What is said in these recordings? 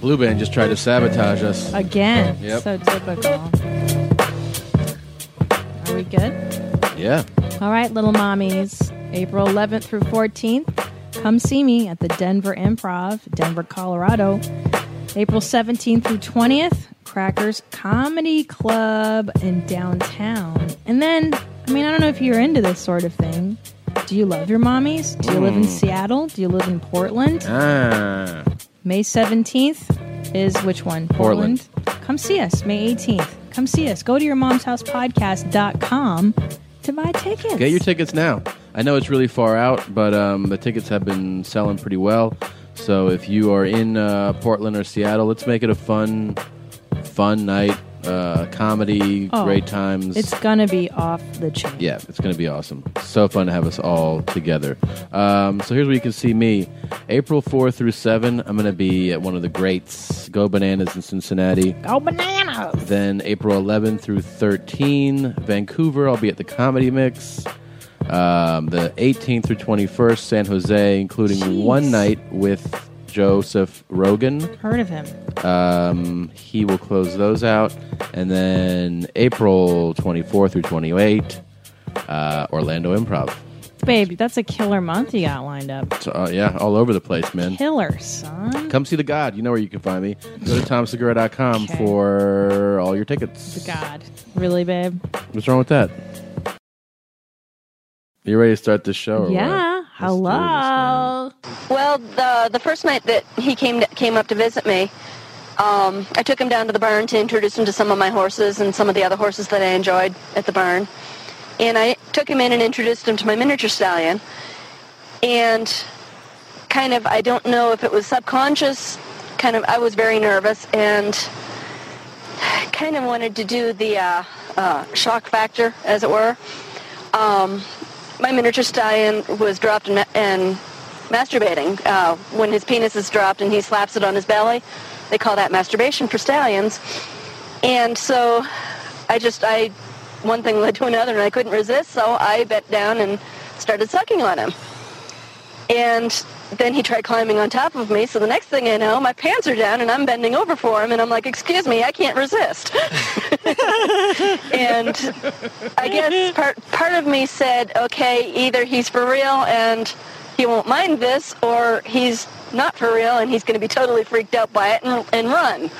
Blue Band just tried to sabotage us. Again. Yep. So typical. Are we good? Yeah. All right, little mommies. April 11th through 14th. Come see me at the Denver Improv, Denver, Colorado. April 17th through 20th, Crackers Comedy Club in downtown. And then, I mean, I don't know if you're into this sort of thing. Do you love your mommies? Do you live in Seattle? Do you live in Portland? Ah. May 17th is which one? Portland. Come see us. May 18th. Come see us. Go to your mom's house podcast.com to buy tickets. Get your tickets now. I know it's really far out, but um, the tickets have been selling pretty well. So if you are in uh, Portland or Seattle, let's make it a fun, fun night. Uh, comedy, Oh. great times. It's going to be off the chain. Yeah, it's going to be awesome. So fun to have us all together. Um, so here's where you can see me. April 4 through 7, I'm going to be at one of the greats, Go Bananas in Cincinnati. Go Oh, bananas. Then April 11 through 13, Vancouver, I'll be at the Comedy Mix. Um, the 18th through 21st, San Jose, including Jeez. one night with Joseph Rogan. Heard of him. Um, he will close those out. And then April 24 through 28, uh, Orlando Improv. Babe, that's a killer month you got lined up. So, uh, yeah, all over the place, man. Killer, son. Come see the God. You know where you can find me. Go to tomsegura.com Okay. for all your tickets. God. Really, babe? What's wrong with that? You ready to start this show? Or yeah. Let's do this, man. Hello. Well, the the first night that he came to, came up to visit me, um, I took him down to the barn to introduce him to some of my horses and some of the other horses that I enjoyed at the barn, and I took him in and introduced him to my miniature stallion, and kind of I don't know if it was subconscious, kind of I was very nervous and kind of wanted to do the uh, uh, shock factor, as it were. Um, my miniature stallion was dropped and, and masturbating. Uh, when his penis is dropped and he slaps it on his belly, they call that masturbation for stallions. And so I just, I, one thing led to another and I couldn't resist, so I bent down and started sucking on him. And then he tried climbing on top of me, so the next thing I know, my pants are down and I'm bending over for him and I'm like, excuse me, I can't resist. and I guess part part of me said, okay, either he's for real and he won't mind this, or he's not for real and he's going to be totally freaked out by it and, and run.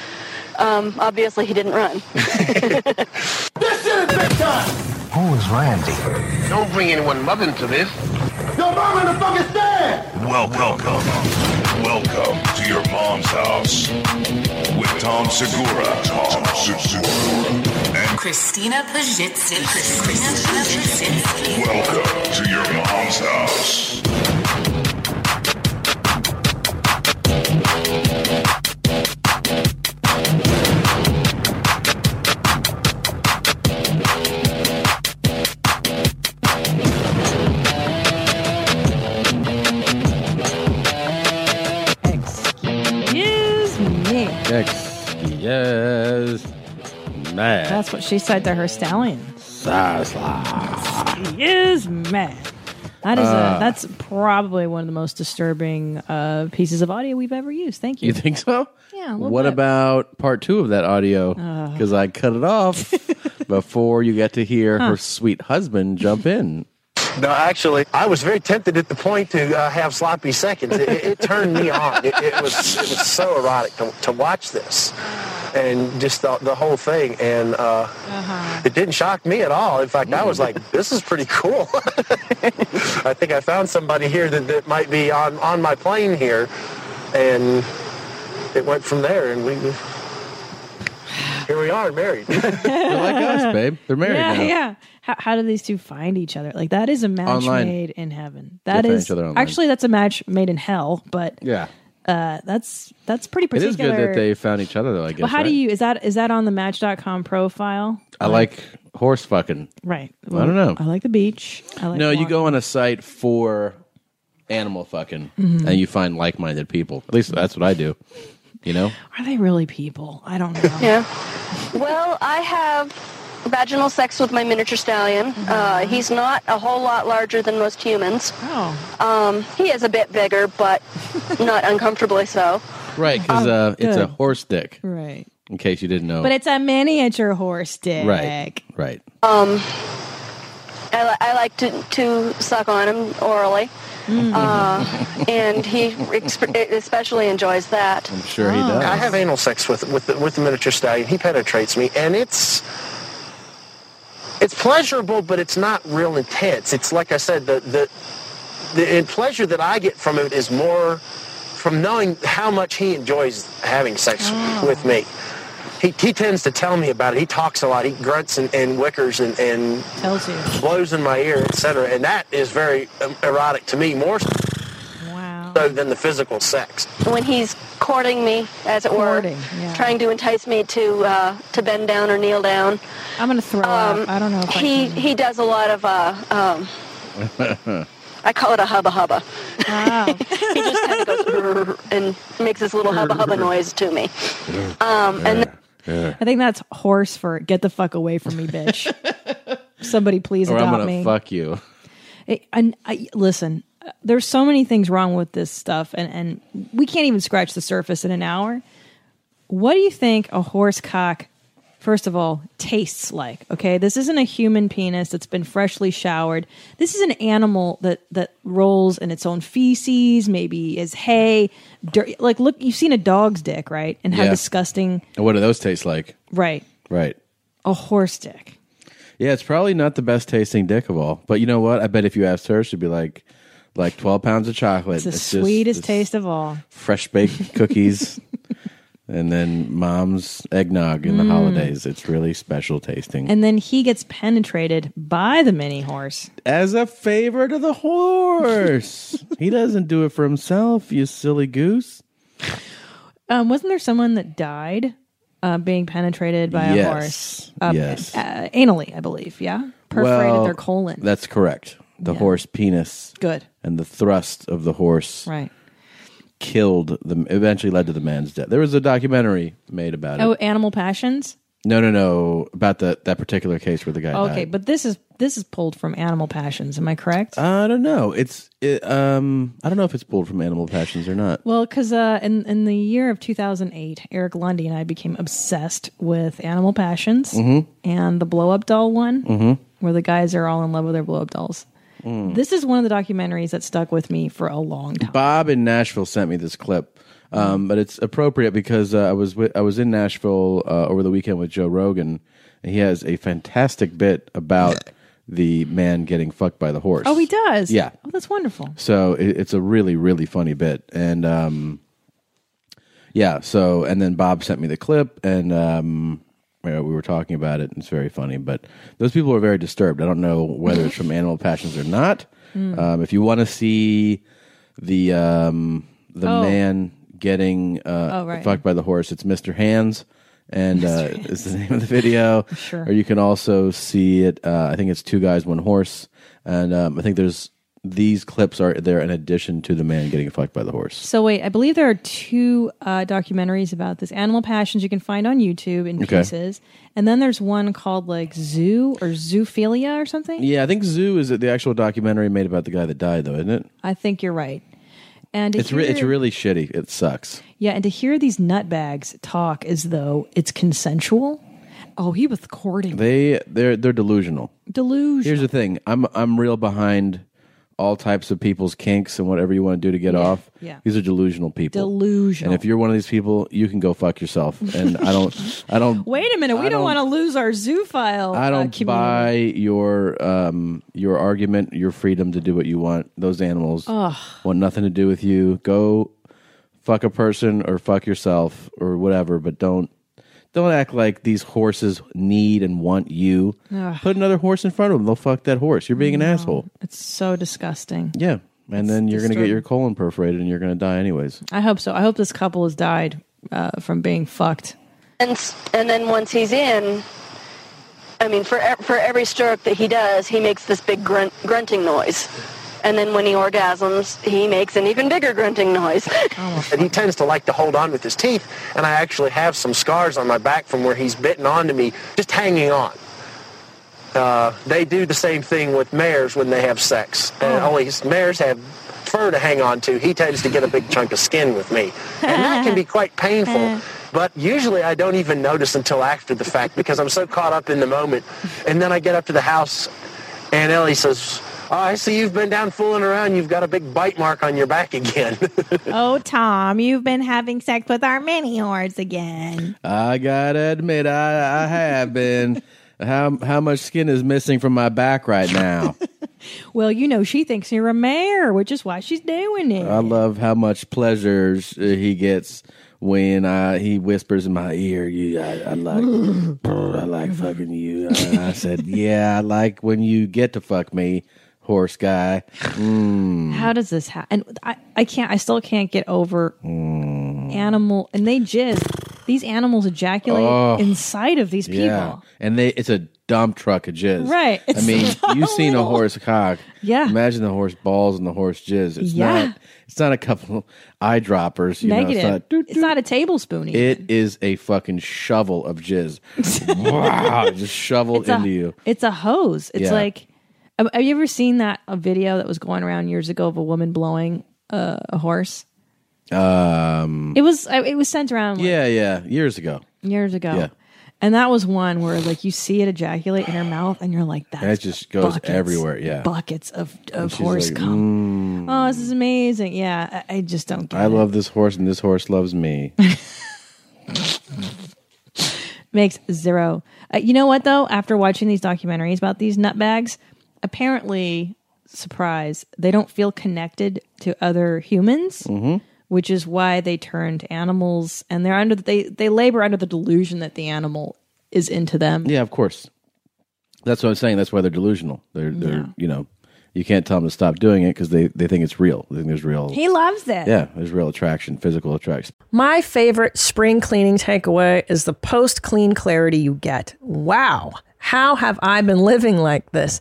Um, obviously, he didn't run. This is big time. Who is Randy? Don't bring anyone mother into this. Your mom in the fucking stand. Welcome. Welcome to your mom's house with Tom Segura. Tom Segura. And Christina Pajitsky. Christina Pajitsky. welcome to your mom's house. Excuse me. Excuse me. That's what she said to her stallion. He is mad. That is a, Uh. that's probably one of the most disturbing uh, pieces of audio we've ever used. Thank you. You think so? Yeah, a little What bit. Uh. about part two of that audio? Because I cut it off before you got to hear her sweet husband jump in. No, actually, I was very tempted at the point to uh, have sloppy seconds. It, it, it turned me on. It, it was it was so erotic to, to watch this, and just the, the whole thing. And uh, it didn't shock me at all. In fact, I was like, "This is pretty cool." I think I found somebody here that, that might be on on my plane here, and it went from there. And we here we are, married. They're like us, babe. They're married yeah, now. yeah. How, how do these two find each other? Like that is a match Online. made in heaven. That They find is each other online. actually that's a match made in hell. But Yeah. uh, that's that's pretty It is particular. good that they found each other, though, I guess. well, how do right? you is that is that on the Match.com profile? I like horse fucking. Right. I don't know. I like the beach. I like No, you walk- go on a site for animal fucking Mm-hmm. and you find like minded people. At least that's what I do. You know? Are they really people? I don't know. Yeah. Well, I have vaginal sex with my miniature stallion. Uh, he's not a whole lot larger than most humans. Oh, Um, he is a bit bigger, but not uncomfortably so. Right, because Oh, uh, it's a good. horse dick. Right. In case you didn't know. But it's a miniature horse dick. right, right. I, li- I like to, to suck on him orally, uh, and he exp- especially enjoys that. I'm sure Oh, he does. I have anal sex with with the, with the miniature stallion. He penetrates me, and it's it's pleasurable, but it's not real intense. It's like I said, the the the in- pleasure that I get from it is more from knowing how much he enjoys having sex with me. He, he tends to tell me about it. He talks a lot. He grunts and, and wickers and, and Tells you. blows in my ear, etc. And that is very um, erotic to me, more so Wow. than the physical sex. When he's courting me, as it were, Courting, yeah. trying to entice me to uh, to bend down or kneel down, I'm gonna throw um, up. I don't know if he I can. he does a lot of. Uh, um, I call it a hubba hubba. Wow. He just kind of goes "Rrr," and makes this little hubba hubba noise to me. Um, and I think that's horse for get the fuck away from me, bitch. Somebody please or I'm adopt gonna me. fuck you. I- I, I- listen, uh, there's so many things wrong with this stuff, and, and we can't even scratch the surface in an hour. What do you think a horse cock, first of all, tastes like? Okay, this isn't a human penis that's been freshly showered. This is an animal that that rolls in its own feces, maybe is hay, dirt. Like, look, you've seen a dog's dick, right? And how Yeah. disgusting, And what do those taste like? right? Right. A horse dick. Yeah, it's probably not the best tasting dick of all. But you know what? I bet if you asked her, she'd be like, like twelve pounds of chocolate. It's the just sweetest this taste of all. Fresh baked cookies, and then mom's eggnog in the Mm. holidays. It's really special tasting. And then he gets penetrated by the mini horse. As a favor to the horse, he doesn't do it for himself. You silly goose. Um, wasn't there someone that died uh, being penetrated by a horse yes. yes. uh, anally? I believe, yeah, perforated Well, their colon. That's correct. The horse penis good, and the thrust of the horse right? killed the eventually led to the man's death. There was a documentary made about it. Oh, animal passions. No, no, no, about the that particular case where the guy Okay, died. but this is this is pulled from animal passions. Am I correct? I don't know. It's it, um I don't know if it's pulled from Animal Passions or not. well, because uh, in in the year of two thousand eight, Eric Lundy and I became obsessed with animal passions Mm-hmm. and the blow up doll one, where the guys are all in love with their blow up dolls. Mm. This is one of the documentaries that stuck with me for a long time. Bob in Nashville sent me this clip, um, but it's appropriate because uh, I was with, I was in Nashville uh, over the weekend with Joe Rogan. And he has a fantastic bit about the man getting fucked by the horse. Oh, he does. Yeah. Oh, that's wonderful. So it, it's a really, really funny bit. And um, yeah, so, and then Bob sent me the clip and um, you know, we were talking about it and it's very funny. But those people were very disturbed. I don't know whether it's from Animal Passions or not. Hmm. Um, if you want to see the, um, the Oh. man getting uh, Oh, right. fucked by the horse, it's Mr. Hands. And uh, is the name of the video, Sure. or you can also see it. Uh, I think it's two guys, one horse, and um, I think there's these clips are there in addition to the man getting fucked by the horse. So wait, I believe there are two uh, documentaries about this. Animal Passions you can find on YouTube in Okay. pieces, and then there's one called like Zoo or Zoophilia or something. Yeah, I think Zoo is the actual documentary made about the guy that died, though, isn't it? I think you're right. And to It's re- it's hear- really shitty. It sucks. yeah, and to hear these nutbags talk as though it's consensual. Oh, he was courting They they're they're delusional. delusion. Here's the thing. I'm I'm real behind all types of people's kinks and whatever you want to do to get off. yeah. These are delusional people. Delusional. And if you're one of these people, you can go fuck yourself. And I don't I don't Wait a minute, we I don't, want to lose our zoophile. I uh, don't community. buy your um, your argument, your freedom to do what you want. Those animals want nothing to do with you. Go fuck a person or fuck yourself or whatever, but don't don't act like these horses need and want you. Put another horse in front of them; they'll fuck that horse. You're being an asshole. It's so disgusting. Yeah, and then you're going to get disturbing. your colon perforated, and you're going to die anyways. I hope so. I hope this couple has died uh, from being fucked. And, s- and then once he's in, I mean, for ev- for every stroke that he does, he makes this big grunt, grunting noise. And then when he orgasms, he makes an even bigger grunting noise. And he tends to like to hold on with his teeth, and I actually have some scars on my back from where he's bitten onto me, just hanging on. Uh, Uh, they do the same thing with mares when they have sex, and only s- mares have fur to hang on to. He tends to get a big chunk of skin with me. And that can be quite painful. But usually I don't even notice until after the fact because I'm so caught up in the moment. And then I get up to the house and Ellie says, oh, I see you've been down fooling around. You've got a big bite mark on your back again. Oh, Tom, you've been having sex with our mini horse again. I gotta admit, I, I have been. How how much skin is missing from my back right now? Well, you know, she thinks you're a mare, which is why she's doing it. I love how much pleasure sh- he gets when I, he whispers in my ear, "You, I, I like, I like fucking you." And I said, "Yeah, I like when you get to fuck me, horse guy." How does this happen? And I, I can't, I still can't get over animal. And they jizz. These animals ejaculate Oh. inside of these people. Yeah, and they it's a dump truck of jizz. Right. I mean, It's you've seen a unbelievable. horse cock. Yeah. Imagine the horse balls and the horse jizz. It's Yeah. not. It's not a couple eyedroppers. You Negative. Know, it's not, it's not a tablespoon. even. It is a fucking shovel of jizz. wow, just shoveled it's into a, you. It's a hose. It's Yeah. like, have have you ever seen that a video that was going around years ago of a woman blowing uh, a horse? Um, it was I- it was sent around like, Yeah, yeah, years ago. years ago, Yeah. and that was one where like you see it ejaculate in her mouth, and you're like, that's And it just goes buckets, everywhere. Yeah, buckets of of she's horse like, "Mm." cum. Oh, this is amazing. Yeah, I, I just don't get. I it. love this horse, and this horse loves me. makes zero. Uh, you know what though? After watching these documentaries about these nutbags, apparently, surprise, they don't feel connected to other humans, Mm-hmm. which is why they turn to animals, and they're under they they labor under the delusion that the animal is into them. yeah, of course. That's what I'm saying. That's why they're delusional. They're, they're, you know, you can't tell them to stop doing it because they, they think it's real. They think there's real. He loves it. Yeah, there's real attraction, physical attraction. My favorite spring cleaning takeaway is the post clean clarity you get. Wow. How have I been living like this?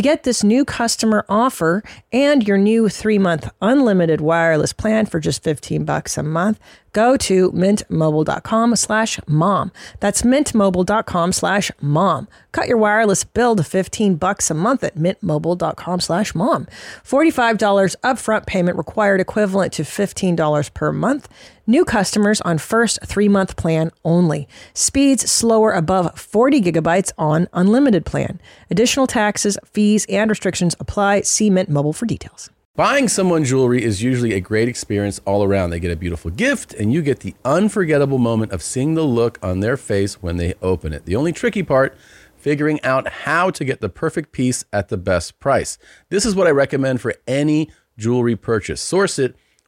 get this new customer offer and your new three month unlimited wireless plan for just 15 bucks a month, go to mintmobile.com slash mom. That's mintmobile.com slash mom. Cut your wireless bill to 15 bucks a month at mintmobile.com slash mom. $45 upfront payment required equivalent to $15 per month. New customers on first three month plan only. Speeds slower above 40 gigabytes on unlimited plan. Additional taxes, fees, and restrictions apply. See Mint Mobile for details. Buying someone jewelry is usually a great experience all around. They get a beautiful gift, and you get the unforgettable moment of seeing the look on their face when they open it. The only tricky part, figuring out how to get the perfect piece at the best price. This is what I recommend for any jewelry purchase. Source it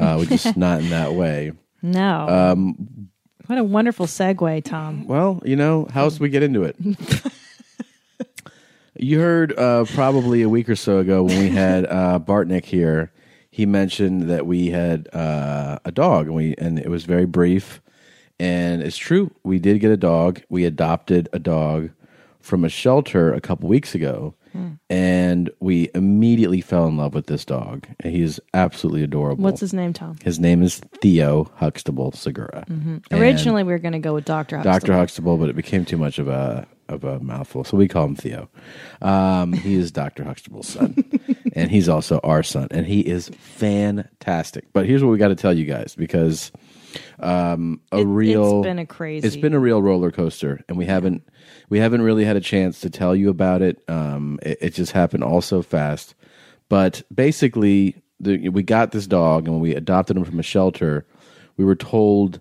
uh, we're just not in that way. No. Um, what a wonderful segue, Tom. Well, you know, how else do we get into it? you heard uh, probably a week or so ago when we had uh, Bartnick here. He mentioned that we had uh, a dog, and we and it was very brief. And it's true, we did get a dog. We adopted a dog from a shelter a couple weeks ago, Hmm. and we immediately fell in love with this dog. He is absolutely adorable. What's his name, Tom? His name is Theo Huxtable Segura. hmm And Originally, we were going to go with Doctor Dr. Huxtable, but it became too much of a of a mouthful. So we call him Theo. Um, he is Dr. Huxtable's son. and he's also our son. And he is fantastic. But here's what we got to tell you guys because um, a real been a crazy- It's been a real roller coaster and we haven't we haven't really had a chance to tell you about it. Um, it, it just happened all so fast. But basically the, we got this dog and when we adopted him from a shelter, we were told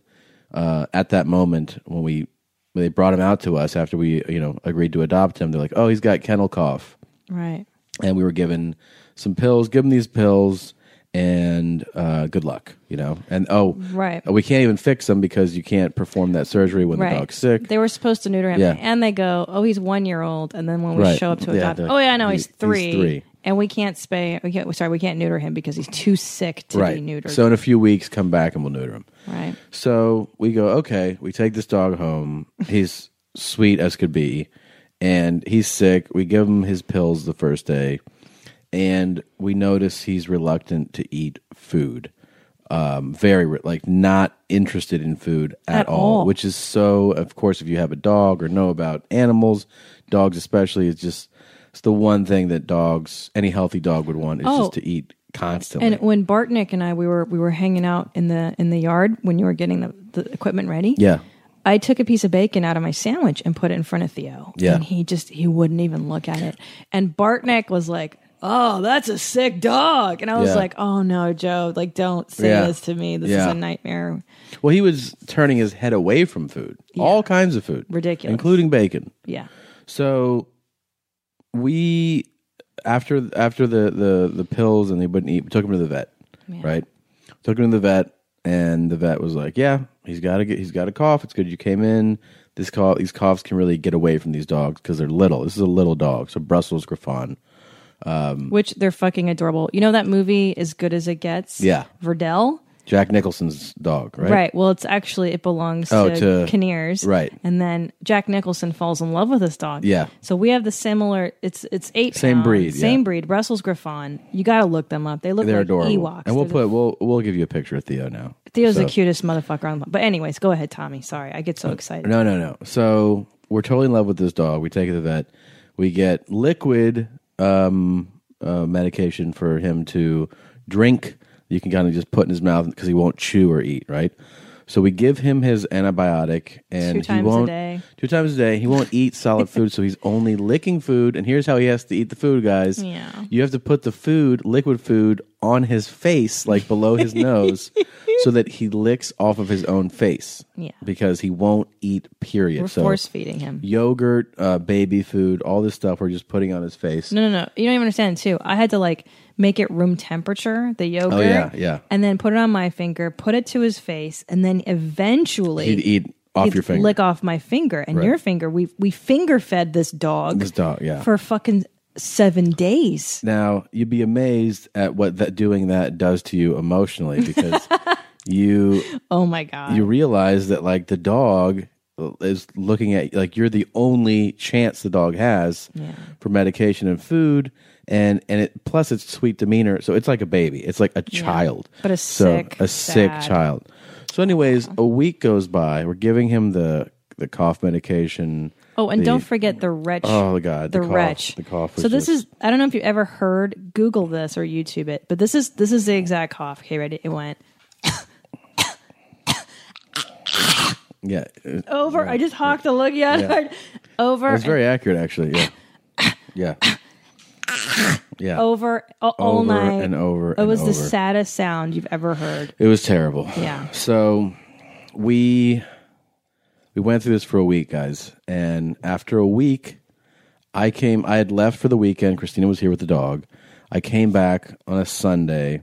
uh, at that moment when we when they brought him out to us after we you know agreed to adopt him they're like oh he's got kennel cough Right. and we were given some pills give him these pills and uh, good luck you know and oh Right. we can't even fix him because you can't perform that surgery when right. the dog's sick They were supposed to neuter him, Yeah. and they go, "Oh, he's one year old," and then when we Right. show up to Yeah, adopt, they're oh yeah, no, like, he's "He- he's three, three." and we can't spay. We can't, sorry, we can't neuter him because he's too sick to right be neutered. so in a few weeks come back and we'll neuter him right. So we go, okay, we take this dog home. He's sweet as could be, and he's sick. We give him his pills the first day, and we notice he's reluctant to eat food. Um, very re- like not interested in food at, At all. which is so. Of course, if you have a dog or know about animals, dogs especially is just it's the one thing that dogs, any healthy dog would want is Oh. just to eat constantly. And when Bartnick and I we were we were hanging out in the in the yard when you were getting the, the equipment ready. yeah, I took a piece of bacon out of my sandwich and put it in front of Theo. Yeah. And he just he wouldn't even look at it. And Bartnick was like, Oh, that's a sick dog. And I was Yeah. like, Oh no, Joe, like don't say Yeah. this to me. This Yeah. is a nightmare. Well, he was turning his head away from food, all kinds of food, Ridiculous. including bacon. Yeah. So we after after the the the pills and they wouldn't eat, we took him to the vet, right? Took him to the vet, and the vet was like, "Yeah, he's got to get he's got a cough. It's good you came in. This cough, these coughs can really get away from these dogs because they're little. This is a little dog, so Brussels Griffon. Um, Which they're fucking adorable. You know that movie As Good as It Gets? Yeah. Verdell? Jack Nicholson's dog, right? Well, it's actually it belongs Oh, to, to- Kinnear's. right. And then Jack Nicholson falls in love with this dog. Yeah. So we have the similar. It's it's eight Same pound, breed, yeah. Same breed. Brussels Griffon. You got to look them up. They look They're like adorable. Ewoks. And we'll They're put we'll we'll give you a picture of Theo now. the- Theo's the So- Uh, cutest motherfucker on. the But anyways, go ahead, Tommy. Sorry, I get so excited. No, no, no. So we're totally in love with this dog. We take it to the vet. We get liquid um, uh, medication for him to drink. You can kind of just put in his mouth because he won't chew or eat, right? So we give him his antibiotic, and Two he times a won't day. two times a day. He won't eat solid food, so he's only licking food. And here's how he has to eat the food, guys. Yeah. You have to put the food, liquid food, on his face, like below his nose, so that he licks off of his own face. Yeah. Because he won't eat, period. We're so force feeding him. Yogurt, uh, baby food, all this stuff we're just putting on his face. No, no, no. You don't even understand too. I had to like make it room temperature, the yogurt. Oh, yeah, yeah. And then put it on my finger, put it to his face, and then eventually He'd eat off he'd your finger. lick off my finger and Right. your finger. We we finger fed this dog This dog, yeah. for fucking seven days. Now, you'd be amazed at what that doing that does to you emotionally because you Oh my god! you realize that like the dog is looking at like you're the only chance the dog has for medication and food and and it plus its sweet demeanor so it's like a baby it's like a child But a so sick, a sick sad- child so anyways a week goes by we're giving him the the cough medication Oh, and the- don't forget the wretch. oh god the, cough, wretch. the cough was So this just- is I don't know if you have ever heard Google this or YouTube it, but this is this is the exact cough. Okay, ready? It went yeah it- over. I just hawked a look at Yeah. it. Over. it was and very accurate actually yeah yeah yeah over all, all Over night and over It and was over. the saddest sound you've ever heard. It was terrible. Yeah. So we we went through this for a week, guys, and after a week, I came. I had left for the weekend. Christina was here with the dog. I came back on a Sunday.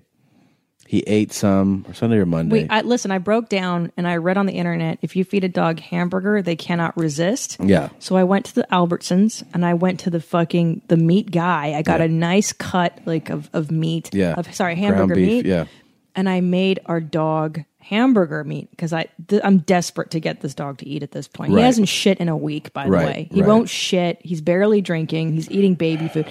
He ate some, or Sunday or Monday. Wait, I, listen. I broke down and I read on the internet if you feed a dog hamburger, they cannot resist. Yeah. So I went to the Albertsons and I went to the fucking the meat guy. I got Yeah. a nice cut like of of meat. yeah. Of sorry, Ground hamburger beef, meat. Yeah. And I made our dog hamburger meat because I th- I'm desperate to get this dog to eat at this point. Right. He hasn't shit in a week, by the Right, way. He right. won't shit. He's barely drinking. He's eating baby food.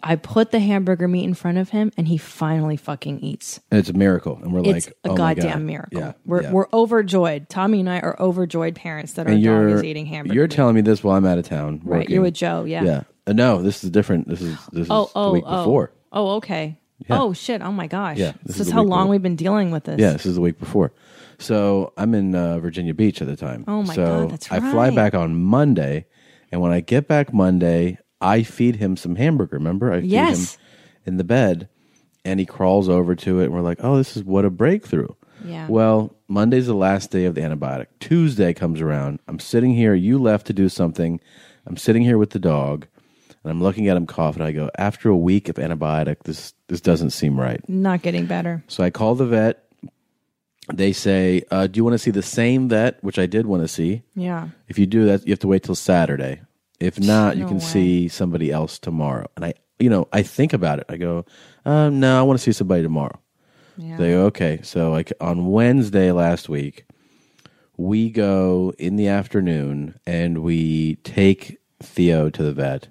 I put the hamburger meat in front of him, and he finally fucking eats. And it's a miracle, and we're it's like, a oh my goddamn God. miracle. Yeah, we're yeah. we're overjoyed. Tommy and I are overjoyed parents that our and dog you're is eating hamburger. You're telling me this while I'm out of town. Right, working. you're with Joe, yeah. Yeah. Uh, no, this is different. This is this is oh, oh, the week oh, before. oh, okay. Yeah. Oh shit! Oh my gosh! Yeah, this this, is is the how week long before. we've been dealing with this. Yeah, this is the week before. So I'm in uh, Virginia Beach at the time. Oh my so God, that's I fly right. back on Monday, and when I get back Monday, I feed him some hamburger. Remember, I feed Yes. him in the bed, and he crawls over to it, and we're like, "Oh, this is what a breakthrough." Yeah. Well, Monday's the last day of the antibiotic. Tuesday comes around. I'm sitting here. You left to do something. I'm sitting here with the dog, and I'm looking at him cough, and I go, "After a week of antibiotic, this this doesn't seem right." Not getting better. So I call the vet. They say, uh, "Do you want to see the same vet?" Which I did want to see. Yeah. If you do that, you have to wait till Saturday. If not, you No can way. see somebody else tomorrow. And I, you know, I think about it. I go, uh, "No, I want to see somebody tomorrow." They go, "Okay." So like on Wednesday last week, we go in the afternoon and we take Theo to the vet.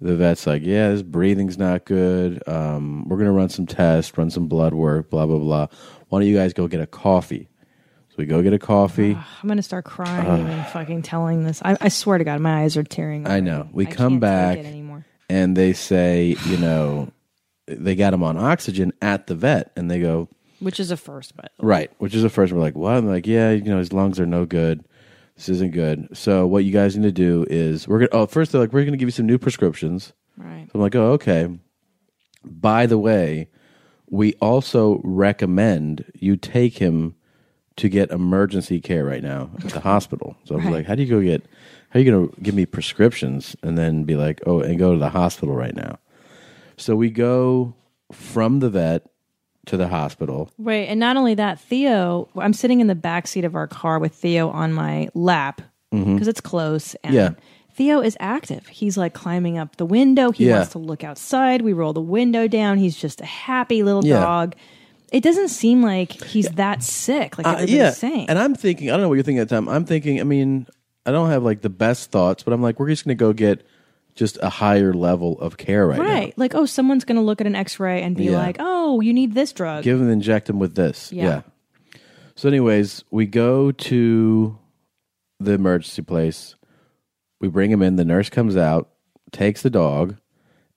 The vet's like, yeah, his breathing's not good. Um, we're going to run some tests, run some blood work, blah, blah, blah. Why don't you guys go get a coffee? So we go get a coffee. I'm gonna start crying Ugh. even fucking telling this. I, I swear to God, my eyes are tearing. I know. We come back and they say, you know, they got him on oxygen at the vet. And they go, Which is a first, but Right, which is the first. We're like, what? And they're like, yeah, you know, his lungs are no good. This isn't good. So what you guys need to do is we're gonna. Oh, first they're like, we're gonna give you some new prescriptions. Right. So I'm like, oh, okay. By the way, we also recommend you take him to get emergency care right now at the hospital. So I was Right. like, how do you go get? How are you gonna give me prescriptions and then be like, oh, and go to the hospital right now? So we go from the vet to the hospital. Wait, and not only that, Theo. I'm sitting in the back seat of our car with Theo on my lap because Mhm. it's close. And Yeah. Theo is active. He's like climbing up the window. He Yeah. wants to look outside. We roll the window down. He's just a happy little Yeah. dog. It doesn't seem like he's that sick. Like Uh, everybody's saying. And I'm thinking, I don't know what you're thinking at the time. I'm thinking, I mean, I don't have like the best thoughts, but I'm like, we're just going to go get just a higher level of care right, Right. Like, oh, someone's going to look at an x ray and be Yeah. like, oh, you need this drug. now. Give them, inject them with this. Yeah. Yeah. So, anyways, we go to the emergency place. We bring him in. The nurse comes out, takes the dog,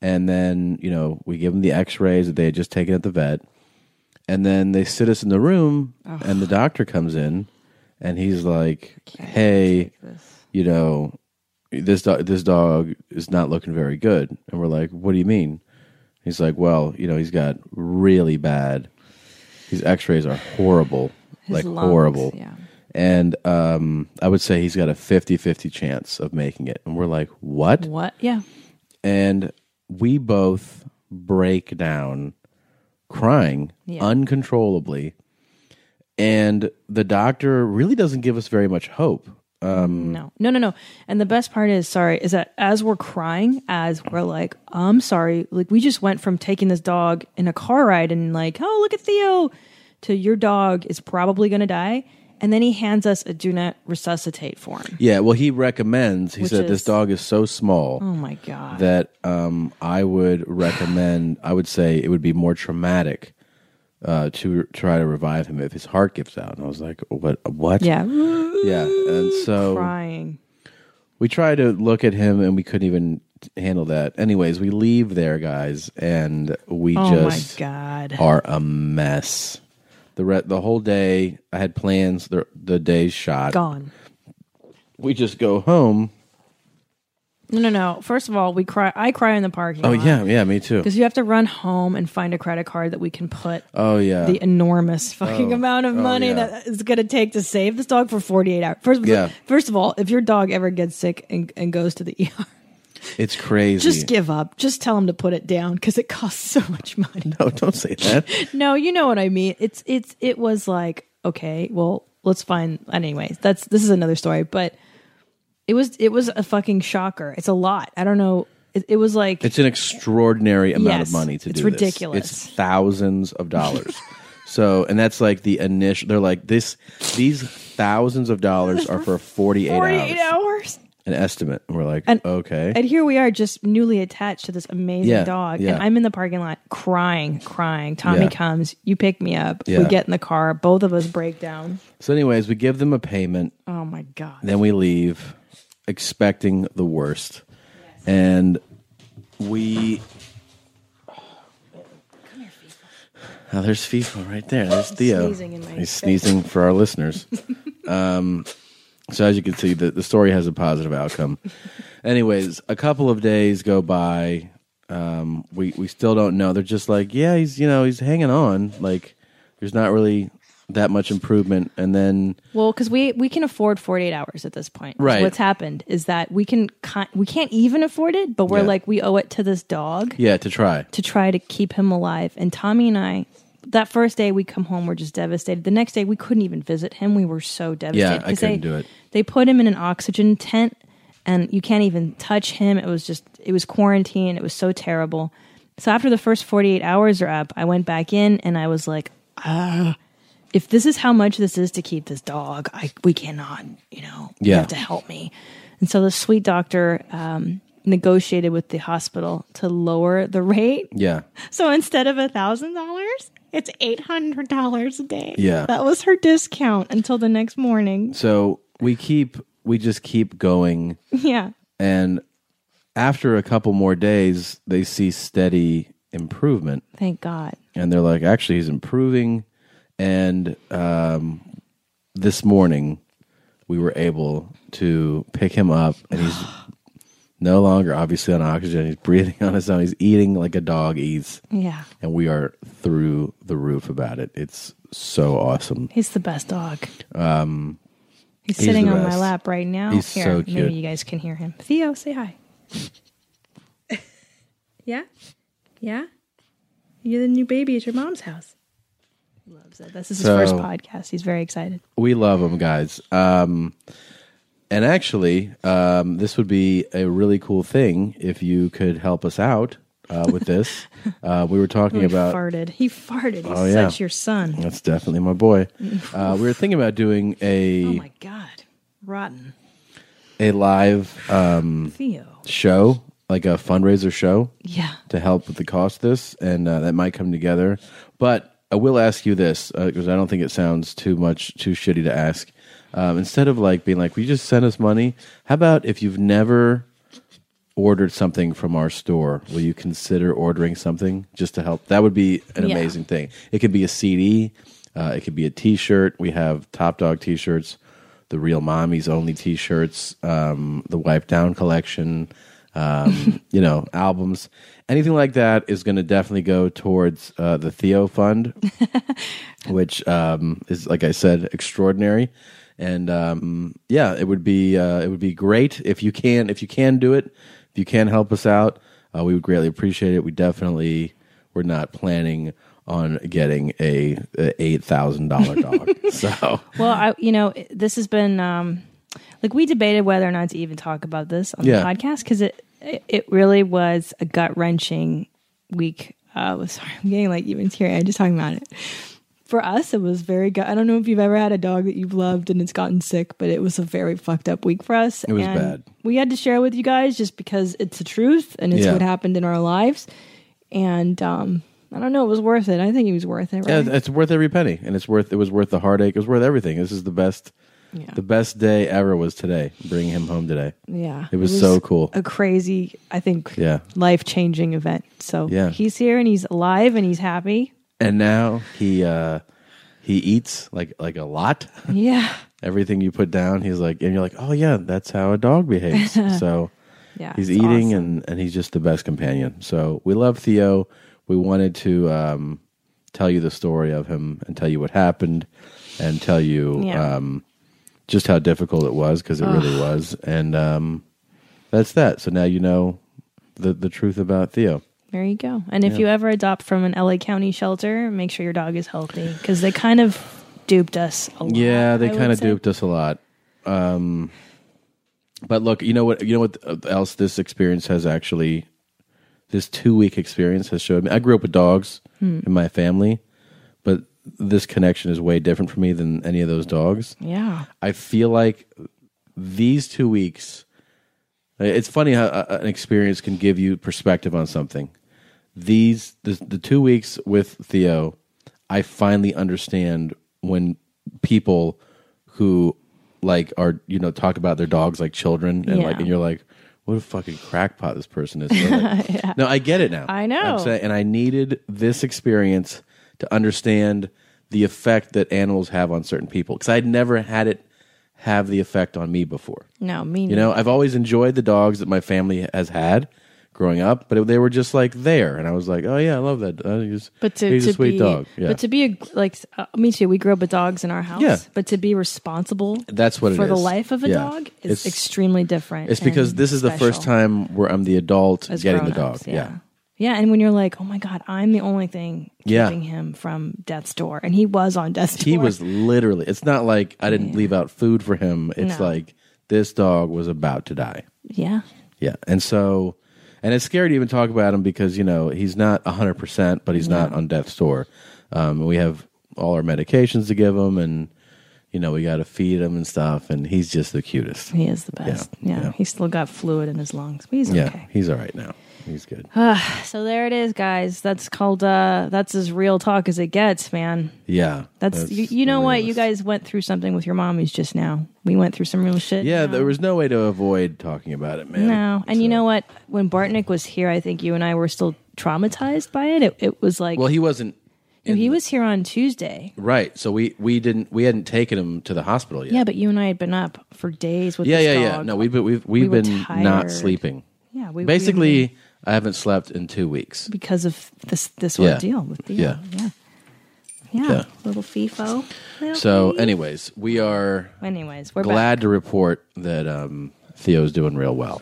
and then, you know, we give him the x rays that they had just taken at the vet. And then they sit us in the room, Ugh. and the doctor comes in, and he's like, "Hey, you know, this do- this dog is not looking very good." And we're like, "What do you mean?" He's like, "Well, you know, he's got really bad. His X-rays are horrible, His like lungs, horrible." yeah. And um, I would say he's got a 50-50 chance of making it. And we're like, "What?" What? Yeah. and we both break down crying Yeah. uncontrollably and the doctor really doesn't give us very much hope um No. No, no, no. And the best part is, sorry, is that as we're crying, as we're like, I'm sorry, like we just went from taking this dog in a car ride and like, oh, look at Theo, to your dog is probably going to die. And then he hands us a do not resuscitate form. yeah well he recommends he Which said this is- dog is so small Oh my God. that um i would recommend i would say it would be more traumatic uh to try to revive him if his heart gives out and i was like what what Yeah. yeah and so Crying. we tried to look at him and we couldn't even handle that. Anyways, we leave there, guys, and we Oh my just God. are a mess. The re- the whole day I had plans. The the day's shot Gone. We just go home. No, no, no. First of all, we cry. I cry in the parking Oh lot. yeah, yeah, me too. Because you have to run home and find a credit card that we can put Oh yeah, the enormous fucking Oh, amount of oh, money yeah. that it's going to take to save this dog for 48 hours. First, Yeah. first of all, if your dog ever gets sick and, and goes to the ER, it's crazy. just give up. Just tell him to put it down because it costs so much money. No, Oh, don't say that. No, you know what I mean. It's it's it was like okay, well, let's find. Anyways, that's this is another story, but it was it was a fucking shocker. It's a lot. I don't know. It, it was like It's an extraordinary amount Yes, of money to it's do. this. ridiculous. It's thousands of dollars. So, and that's like the initial. They're like this. These thousands of dollars are for forty-eight, hours, 48 hours. an estimate. And we're like, And- okay. And here we are, just newly attached to this amazing Yeah, dog. yeah. And I'm in the parking lot crying, crying. Tommy Yeah. comes, you pick me up. Yeah. We get in the car. Both of us break down. so, anyways, we give them a payment. Oh my God. Then we leave, expecting the worst, and we. Now there's FIFA right there. There's Theo. sneezing in my He's sneezing for our listeners. um, so as you can see, the, the story has a positive outcome. Anyways, a couple of days go by. Um, we we still don't know. They're just like, yeah, he's you know he's hanging on. Like there's not really that much improvement. And then Well, because we we can afford 48 hours at this point. So Right. what's happened is that we can ki- we can't even afford it, but we're Yeah. like we owe it to this dog yeah, to try. to try to keep him alive. And Tommy and I, that first day we come home, we're just devastated. The next day we couldn't even visit him. We were so devastated. Yeah, I 'cause they- couldn't do it. They put him in an oxygen tent, and you can't even touch him. It was just it was quarantine. It was so terrible. So after the first forty eight hours are up, I went back in and I was like, ah. If this is how much this is to keep this dog, I we cannot, you know, you Yeah. have to help me. And so the sweet doctor um, negotiated with the hospital to lower the rate Yeah. so instead of a thousand dollars, it's eight hundred dollars a day. Yeah. that was her discount until the next morning. So we keep we just keep going, Yeah, and after a couple more days, they see steady improvement. thank God. and they're like, actually, he's improving. And um, this morning, we were able to pick him up, and he's no longer obviously on oxygen. He's breathing on his own. He's eating like a dog eats. Yeah. And we are through the roof about it. It's so awesome. He's the best dog. Um, He's, sitting the on my best. lap right now. He's Here, so cute. maybe you guys can hear him. Theo, say hi. yeah, yeah. You're the new baby at your mom's house. He loves it. This is So- his first podcast. He's very excited. We love them, guys. Um, and actually, um, this would be a really cool thing if you could help us out uh, with this. uh, we were talking Oh, he about. farted. He farted. He's Oh, yeah. such your son. That's definitely my boy. Uh, we were thinking about doing a Oh my god, rotten a live um, Theo. show, like a fundraiser show, Yeah. to help with the cost of this, and uh, that might come together. But I will ask you this because I don't think it sounds too much too shitty to ask. Um, instead of like being like, "We just send us money," how about if you've never ordered something from our store, will you consider ordering something just to help? That would be an Yeah. amazing thing. It could be a CD, uh, it could be a t shirt. We have Top Dog t shirts, the Real Mommies Only t shirts, um, the Wipe Down collection, um, you know, albums. Anything like that is going to definitely go towards uh, the Theo Fund, which um, is, like I said, extraordinary. And um, yeah, it would be uh, it would be great if you can if you can do it if you can help us out. Uh, we would greatly appreciate it. We definitely we're not planning on getting a, a eight thousand dollar dog. so Well, I, you know, it- this has been um, like we debated whether or not to even talk about this on Yeah. the podcast because it it it really was a gut wrenching week. Uh, sorry, I'm getting like even teary. I'm just talking about it. For us, it was very good. I don't know if you've ever had a dog that you've loved and it's gotten sick, but it was a very fucked up week for us. It was and bad. We had to share with you guys just because it's the truth and it's Yeah. what happened in our lives. And um, I don't know, it was worth it. I think it was worth it. Right? yeah, it's worth every penny, and it's worth it was worth the heartache. It was worth everything. This is the best. The best day ever was today. Bringing him home today. Yeah. it was, so cool. A crazy, I think, Yeah. life changing event. So Yeah. he's here and he's alive and he's happy. And now he uh he eats like like a lot. Yeah. Everything you put down, he's like, and you're like, oh yeah, that's how a dog behaves. so Yeah, he's it's eating and and he's just the best companion. So we love Theo. We wanted to um tell you the story of him and tell you what happened and tell you Yeah. um just how difficult it was because it really Ugh. was. And um that's that. So now you know the the truth about Theo. There you go. And if Yeah. you ever adopt from an LA County shelter, make sure your dog is healthy because they kind of duped us a lot. Yeah, they I would kind of say. duped us a lot. Um, but look, you know what? You know what else this experience has actually, this two week experience has showed me. I grew up with dogs Hmm. in my family, but this connection is way different for me than any of those dogs. Yeah. I feel like these two weeks, it's funny how uh, an experience can give you perspective on something. These, the, the two weeks with Theo, I finally understand when people who like are, you know, talk about their dogs like children and like, Yeah. and you're like, what a fucking crackpot this person is. And they're like, yeah. no, I get it now. I know. I'm saying- and I needed this experience to understand the effect that animals have on certain people because I'd never had it have the effect on me before. No, me. You know, I've always enjoyed the dogs that my family has had growing up, but they were just like there, and I was like, oh yeah, I love that. Uh, he's, But to, he's to a sweet be, dog. Yeah, But to be a, like uh, me too. We grew up with dogs in our house. Yeah. But to be responsible. That's what it for the is. life of a Yeah. dog is It's- extremely different. it's because and this is the first special. time where I'm the adult As getting the dog. grown-ups, yeah. Yeah, and when you're like, oh my god, I'm the only thing Yeah. keeping him from death's door, and he was on death's door. He was literally. It's not like I didn't leave out food for him. It's No. like this dog was about to die. Yeah. Yeah. And so, and it's scary to even talk about him because, you know, he's not 100%, but he's not on death's door. Um, we have all our medications to give him and, you know, we got to feed him and stuff. And he's just the cutest. He is the best. Yeah. He's still got fluid in his lungs, but he's yeah. okay. He's all right now. He's good. Ah, so there it is, guys. That's called uh that's as real talk as it gets, man. Yeah. That's, you, you know what? You guys went through something with your mommies just now. We went through some real shit. yeah, there was no way to avoid talking about it, man. No. And you know what? When Bartnick was here, I think you and I were still traumatized by it. It, it was like Well, he wasn't no, he was here on Tuesday. right. So we, we didn't, we hadn't taken him to the hospital yet. Yeah. but you and I had been up for days with yeah, this yeah, yeah. dog. No, we've been, we've, We we've were been tired. not sleeping. Yeah, we- we- basically, I haven't slept in two weeks. because of this this Yeah. ordeal with the Yeah. yeah. Yeah. Yeah. Little FIFO. Little So, fee. anyways, we are anyways, we're glad back. to report that um, Theo's doing real well.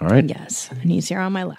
All right. Yes, and he's here on my lap.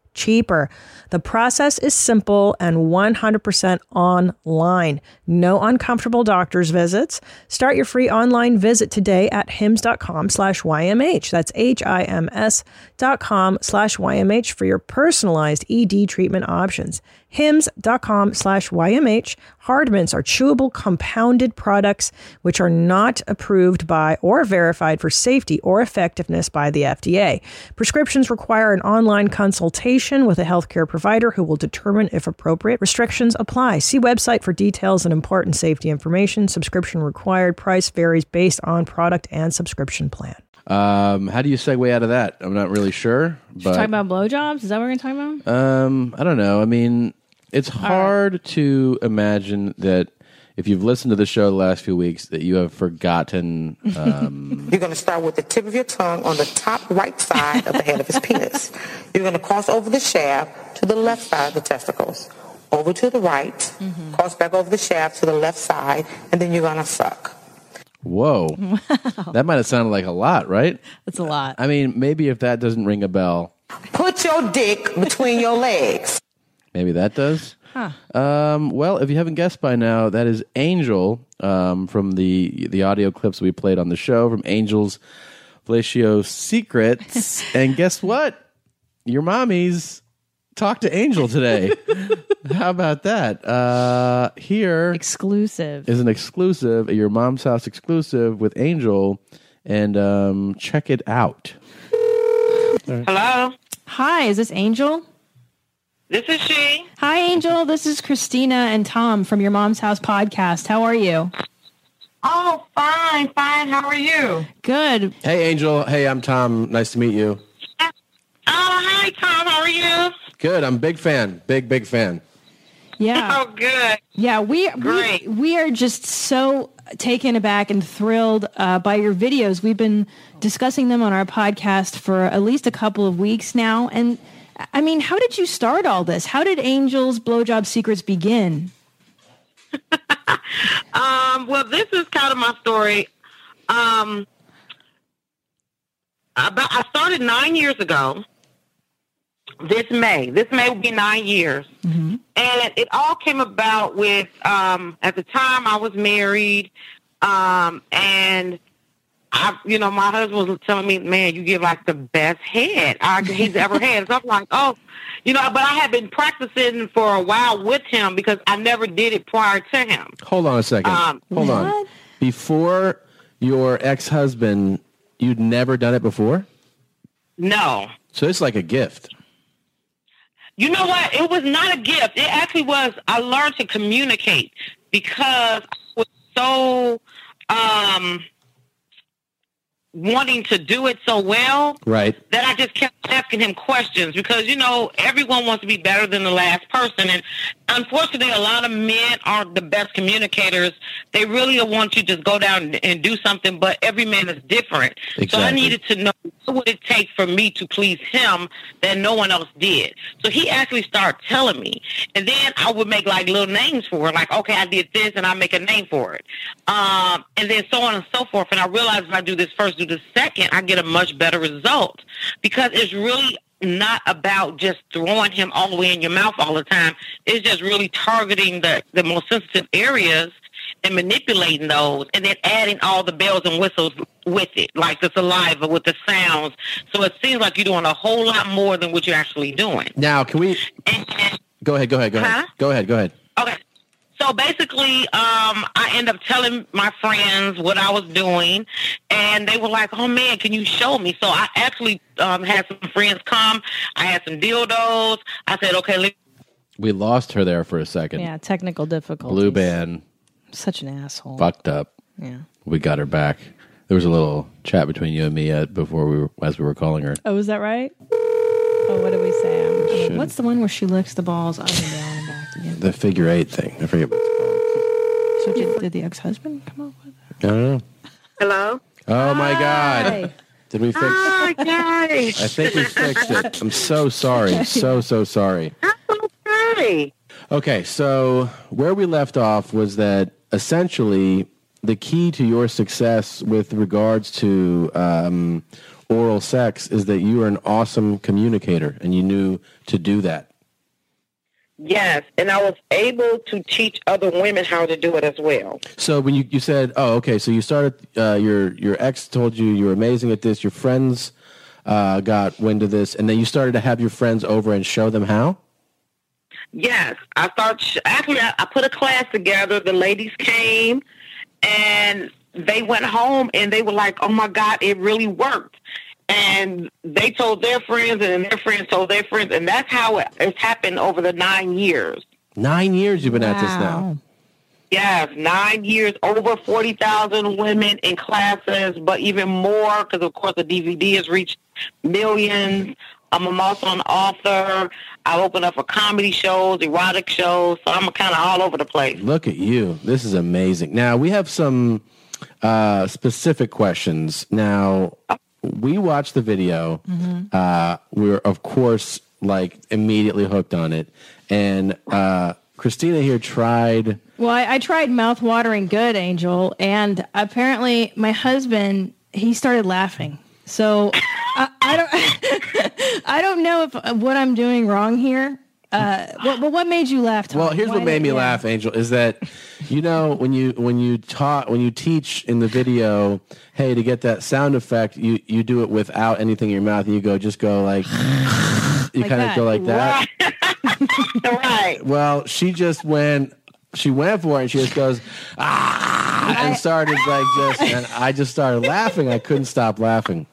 cheaper. The process is simple and 100% online. No uncomfortable doctor's visits. Start your free online visit today at hims.com slash YMH. That's H-I-M-S dot com slash YMH for your personalized ED treatment options. Hims.com slash YMH. Hard mints are chewable compounded products which are not approved by or verified for safety or effectiveness by the FDA. Prescriptions require an online consultation with a healthcare provider who will determine if appropriate. Restrictions apply. See website for details and important safety information. Subscription required. Price varies based on product and subscription plan. Um, how do you segue out of that? I'm not really sure, but Talking about blowjobs? Is that what we're talking about? um, I don't know. I mean, it's hard to imagine that if you've listened to the show the last few weeks that you have forgotten. Um, You're going to start with the tip of your tongue on the top right side of the head of his penis. You're going to cross over the shaft to the left side of the testicles, over to the right, cross back over the shaft to the left side, and then you're going to suck. whoa, that might have sounded like a lot, right? That's a lot. I mean, maybe if that doesn't ring a bell, Put your dick between your legs. maybe that does. Um, well, if you haven't guessed by now, that is Angel um, from the the audio clips we played on the show from Angel's Fellatio Secrets. and guess what? Your mommies talked to Angel today. How about that? Uh, here exclusive is an exclusive, a your mom's house exclusive with Angel, and um, check it out. Hello. Hi, is this Angel? This is she. Hi, Angel. This is Christina and Tom from Your Mom's House podcast. How are you? Oh, fine, fine. How are you? Good. Hey, Angel. Hey, I'm Tom. Nice to meet you. Oh, hi, Tom. How are you? Good. I'm a big fan. Big, big fan. Yeah. Oh, good. Yeah, we we, Great. we are just so taken aback and thrilled uh, by your videos. We've been discussing them on our podcast for at least a couple of weeks now. And I mean, how did you start all this? How did Angel's Blowjob Secrets begin? Um, well, this is kind of my story. Um, about, I started nine years ago. This May, this May will be nine years, and it all came about with. Um, at the time, I was married, um, and I, you know, my husband was telling me, "Man, you give like the best head I, he's ever had." So I'm like, "Oh, you know," but I had been practicing for a while with him because I never did it prior to him. Hold on a second. Um, Hold on. Before your ex husband, you'd never done it before? No. So it's like a gift. You know what? It was not a gift. It actually was. I learned to communicate because I was so um, wanting to do it so well Right. that I just kept asking him questions because you know everyone wants to be better than the last person, and unfortunately, a lot of men aren't the best communicators. They really want you to just go down and do something, but every man is different. So I Exactly. needed to know what would it take for me to please him that no one else did. So he actually started telling me, and then I would make like little names for it, like okay, I did this, and I make a name for it, um, and then so on and so forth. And I realized if I do this first, do the second, I get a much better result because it's really not about just throwing him all the way in your mouth all the time. It's just really targeting the the most sensitive areas and manipulating those and then adding all the bells and whistles with it, like the saliva with the sounds. So it seems like you're doing a whole lot more than what you're actually doing. Now, can we go ahead? Go ahead. Go ahead. Huh? Go ahead. Go ahead. Okay. So basically, um, I end up telling my friends what I was doing, and they were like, "Oh man, can you show me?" So I actually um, had some friends come. I had some dildos. I said, "Okay, let We lost her there for a second. Yeah, technical difficulties. Blue band Such an asshole. fucked up. Yeah. We got her back. There was a little chat between you and me uh, before we were, as we were calling her. Oh, is that right? Oh, what did we say? I'm- Shouldn't. What's the one where she licks the balls up and down and back? The figure eight thing. I forget. What it's So did, did the ex-husband come up? called. I don't know. Hello. Oh my god. Did we fix? Hi, guys. I think we fixed it. I'm so sorry. So so sorry. Hi. Okay, so where we left off was that essentially the key to your success with regards to um, oral sex is that you are an awesome communicator and you knew to do that. Yes, and I was able to teach other women how to do it as well. So when you, you said, oh, okay, so you started, uh, your, your ex told you you were amazing at this, your friends uh, got wind of this, and then you started to have your friends over and show them how? Yes, I start. sh- Actually, I, I put a class together. The ladies came, and they went home, and they were like, "Oh my God, it really worked!" And they told their friends, and then their friends told their friends, and that's how it, it's happened over the nine years. Nine years you've been at this now. Yes, nine years, over 40,000 women in classes, but even more because, of course, the DVD has reached millions. Um, I'm also an author. I open up for comedy shows, erotic shows, so I'm kind of all over the place. Look at you. This is amazing. Now, we have some uh, specific questions. Now, we watched the video. Uh, we were, of course, like immediately hooked on it. And uh, Christina here tried. Well, I, I tried mouth-watering good, Angel, and apparently my husband he started laughing. uh, So I, I don't, I don't know if what I'm doing wrong here, Uh, well, but what made you laugh? Tom? Well, here's Why what made did- me yeah. laugh, Angel, is that you know when you when you taught when you teach in the video, hey, to get that sound effect, you you do it without anything in your mouth, and you go just go like, you Like kind of that. go like that. right. Well, she just went. She went for it, and she just goes ah, and started like just, and I just started laughing. I couldn't stop laughing.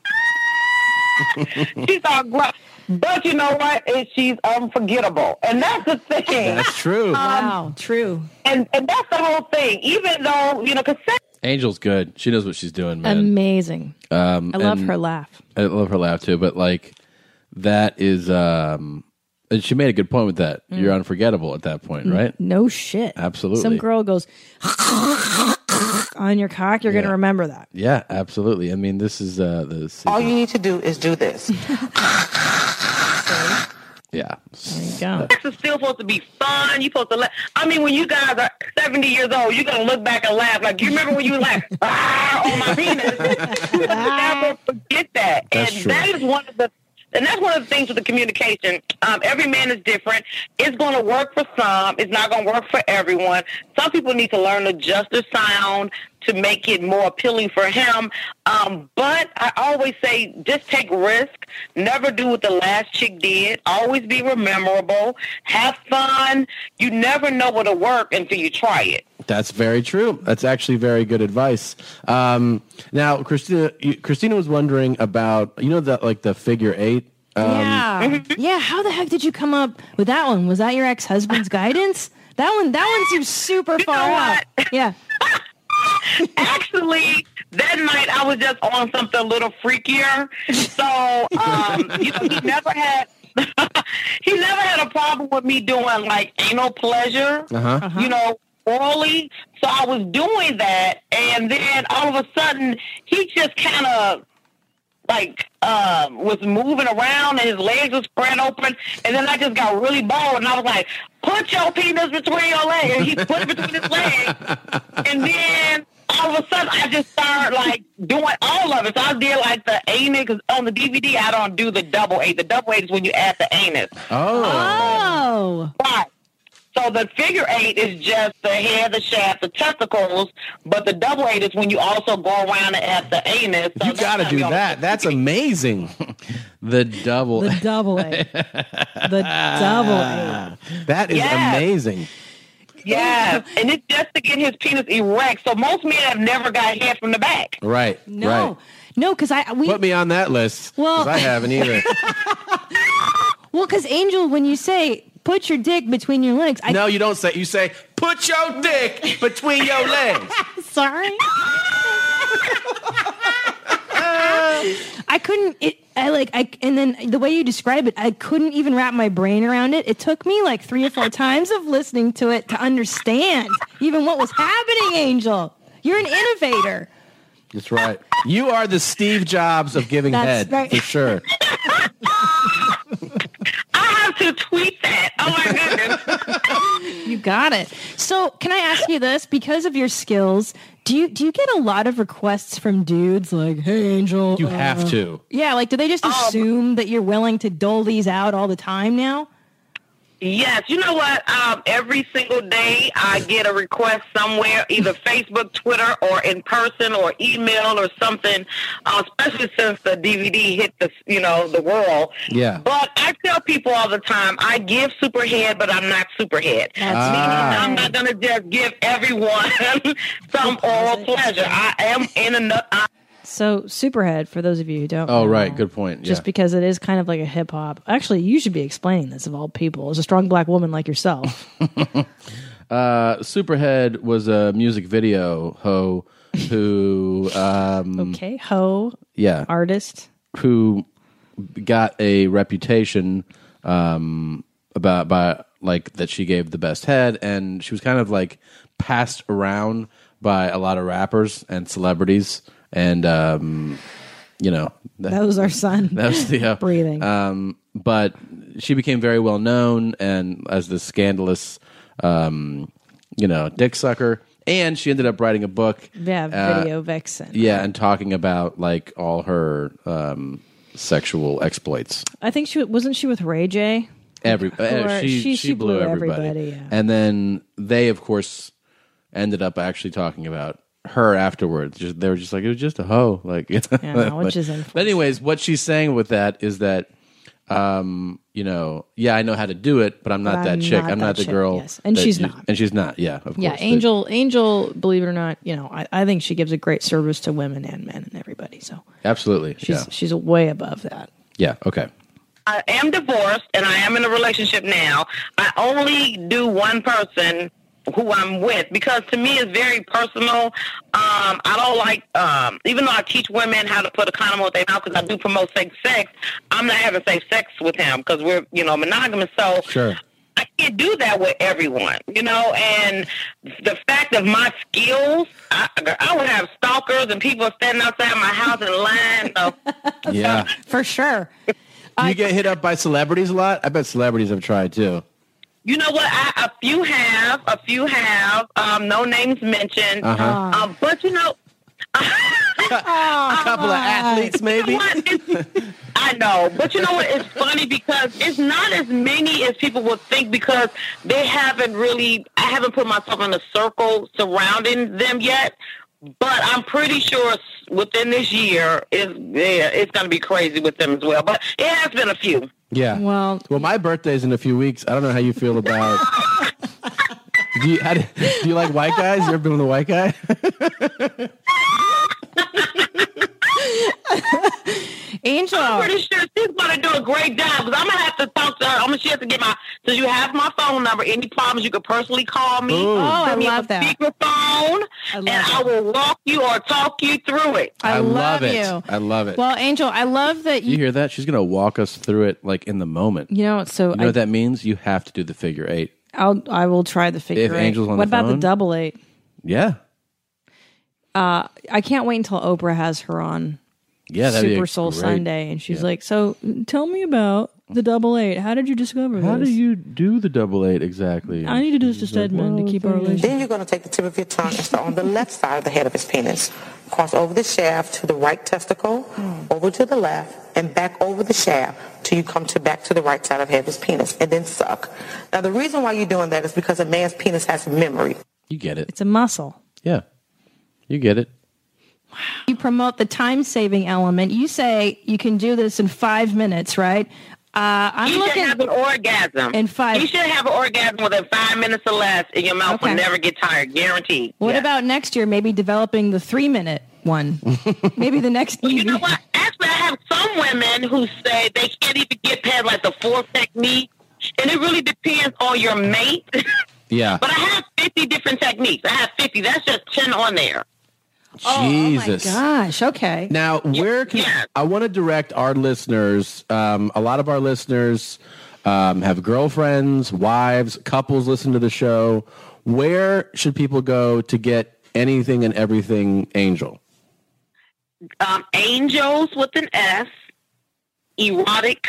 she's all grown. But you know what? It, she's unforgettable, and that's the thing. That's true. wow, true. And and that's the whole thing. Even though you know, because Angel's good. She knows what she's doing, man. Amazing. Um, I love and her laugh. I love her laugh too, but like that is, um, and she made a good point with that. Mm. You're unforgettable at that point, Mm, right? No shit. Absolutely. Some girl goes on your cock. You're gonna remember that. yeah, absolutely. I mean, this is uh, the se- All you need to do is do this. yeah. sex is still supposed to be fun. You're supposed to laugh. I mean, when you guys are 70 years old, you're gonna look back and laugh. Like you remember when you laughed ah, on my penis. you never forget that. That's and true. that is one of the and that's one of the things with the communication. Um, every man is different. It's going to work for some. It's not going to work for everyone. Some people need to learn to adjust their sound to make it more appealing for him. Um, but I always say, just take risk. Never do what the last chick did. Always be memorable. Have fun. You never know what'll work until you try it. That's very true. That's actually very good advice. Um, now, Christina, you, Christina was wondering about you know that like the figure eight. Um, yeah. yeah. How the heck did you come up with that one? Was that your ex husband's guidance? That one. That one seems super far out. Yeah. Actually, that night I was just on something a little freakier. So, um, you know, he never had he never had a problem with me doing like anal pleasure. Uh-huh. Uh-huh. You know, orally. So I was doing that, and then all of a sudden he just kind of like um, was moving around and his legs were spread open. And then I just got really bold and I was like, put your penis between your legs. And he put it between his legs. And then all of a sudden I just started like doing all of it. So I did like the anus 'cause on the DVD. I don't do the double eight. The double eight is when you add the anus. Oh. Right. So the figure eight is just the head, the shaft, the testicles, but the double eight is when you also go around and add the anus. So You got to do that. That's amazing. the double. The double A. the double A. That is Yes. amazing. Yeah, and it's just to get his penis erect. So most men have never got head from the back. Right. No. Right. No, because I we Put me on that list. 'cause Well- I haven't either. well because Angel, when you say put your dick between your legs, I no, you don't say. You say put your dick between your legs. Sorry. I couldn't it I like I and then the way you describe it, I couldn't even wrap my brain around it. It took me like three or four times of listening to it to understand even what was happening, Angel. You're an innovator. That's right. You are the Steve Jobs of giving That's head right. for sure. have to tweet that. Oh my goodness. you got it. So can I ask you this? Because of your skills, do you do you get a lot of requests from dudes like, hey Angel? uh," You have Um, to. Yeah, like do they just assume that you're willing to dole these out all the time now? Yes, you know what? Um, every single day I get a request somewhere, either Facebook, Twitter, or in person, or email, or something. Uh, especially since the DVD hit the you know the world. Yeah. But I tell people all the time, I give superhead, but I'm not superhead. Ah. Meaning I'm not gonna just give everyone some oral pleasure. I am in enough. I So Superhead, for those of you who don't, Oh, know, right. Good point. Just yeah. because it is kind of like a hip hop. Actually, you should be explaining this of all people as a strong black woman like yourself. Uh, Superhead was a music video ho who um, Okay, ho yeah artist who got a reputation um, about by like that she gave the best head and she was kind of like passed around by a lot of rappers and celebrities and um, you know that was our son. that was the uh, breathing. Um, but she became very well known and as the scandalous, um, you know, dick sucker. And she ended up writing a book. yeah, uh, video vixen. Yeah, and talking about like all her um, sexual exploits. I think she wasn't she with Ray J. Every uh, Or she, she blew, everybody, and then they of course ended up actually talking about her afterwards. Just, they were just like it was just a hoe, like you know? Yeah, which is but, but anyways, what she's saying with that is that um, you know, yeah, I know how to do it, but I'm But not that I'm chick. not I'm not that the chick, girl, yes. And that she's you- not. and she's not. Yeah, of yeah, course. Angel. Angel, believe it or not, you know, I, I think she gives a great service to women and men and everybody. So Absolutely. she's yeah. she's way above that. yeah. Okay. I am divorced and I am in a relationship now. I only do one person who I'm with because to me it's very personal. Um, I don't like, um, even though I teach women how to put a condom on their mouth because I do promote safe sex, I'm not having safe sex with him because we're, you know, monogamous. So Sure. I can't do that with everyone, you know. And the fact of my skills, I, I would have stalkers and people standing outside my house in line. So Yeah. For sure. you get hit up by celebrities a lot? I bet celebrities have tried too. You know what? I, a few have, a few have. Um, no names mentioned. Uh-huh. Aw. Um, but you know, a couple of Ah. athletes maybe. I know, but you know what? It's funny because it's not as many as people would think because they haven't really. I haven't put myself in a circle surrounding them yet. But I'm pretty sure s- within this year, it's, yeah, it's going to be crazy with them as well. But it has been a few. Yeah. Well, well, my birthday's in a few weeks. I don't know how you feel about. do you how do, do you like white guys? You ever been with a white guy? Angel. I'm pretty sure she's going to do a great job because I'm going to have to talk to her. I'm going to have to get my. So you have my phone number. Any problems, you can personally call me. Ooh. Oh, I Put me on love that. Speakerphone, and I will walk you or talk you through it. I love it. you. I love it. Well, Angel, I love that you you. hear that? She's gonna walk us through it like in the moment. You know, so You know I, what that means? You have to do the figure eight. I'll I will try the figure If eight. Angel's on what the about phone? the double eight? Yeah. Uh, I can't wait until Oprah has her on. Yeah, that'd be Super a Soul great- Sunday, and she's yeah. like, "So, tell me about the double eight. How did you discover How this? do you do the double eight exactly? I need to do this to Stedman to keep our relationship." Then you're going to take the tip of your tongue and start on the left side of the head of his penis. Cross over the shaft to the right testicle, over to the left, and back over the shaft till you come to back to the right side of head of his penis, and then suck. Now, the reason why you're doing that is because a man's penis has memory. You get it. It's a muscle. Yeah. You get it. You promote the time saving element. You say you can do this in five minutes, right? Uh, I'm you looking should have an orgasm. in five. You should have an orgasm within five minutes or less, and your mouth Okay. will never get tired, guaranteed. What about next year? Maybe developing the three minute one. Maybe the next. You know what? Actually, I have some women who say they can't even get past like the fourth technique, and it really depends on your mate. Yeah. But I have 50 different techniques. I have 50. That's just 10 on there. Jesus. Oh, Gosh. Okay. Now, where can I want to direct our listeners? Um, a lot of our listeners um, have girlfriends, wives, couples listen to the show. Where should people go to get anything and everything Angel? um, angels with an S, erotic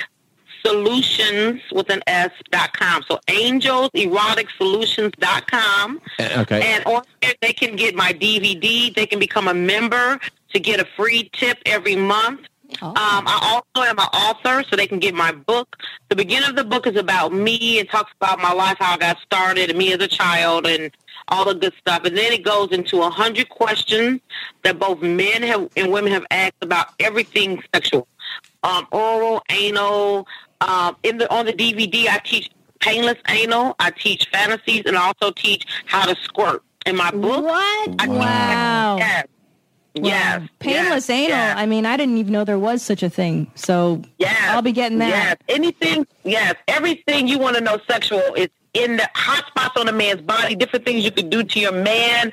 solutions with an S dot com. So angels erotic solutions dot com. Uh, Eh, okay. And on there they can get my DVD. They can become a member to get a free tip every month. Um, I also am an author, so they can get my book. The beginning of the book is about me. It talks about my life, how I got started, and me as a child, and all the good stuff. And then it goes into a hundred questions that both men have and women have asked about everything sexual, um, oral, anal. Um, in the on the DVD, I teach painless anal. I teach fantasies, and I also teach how to squirt. In my book, what? I Wow. Yes. Yes. Painless yes, anal. yes. I mean, I didn't even know there was such a thing. So I'll be getting that. Yes, anything. Yes, everything you want to know sexual is in the hot spots on a man's body. Different things you could do to your man,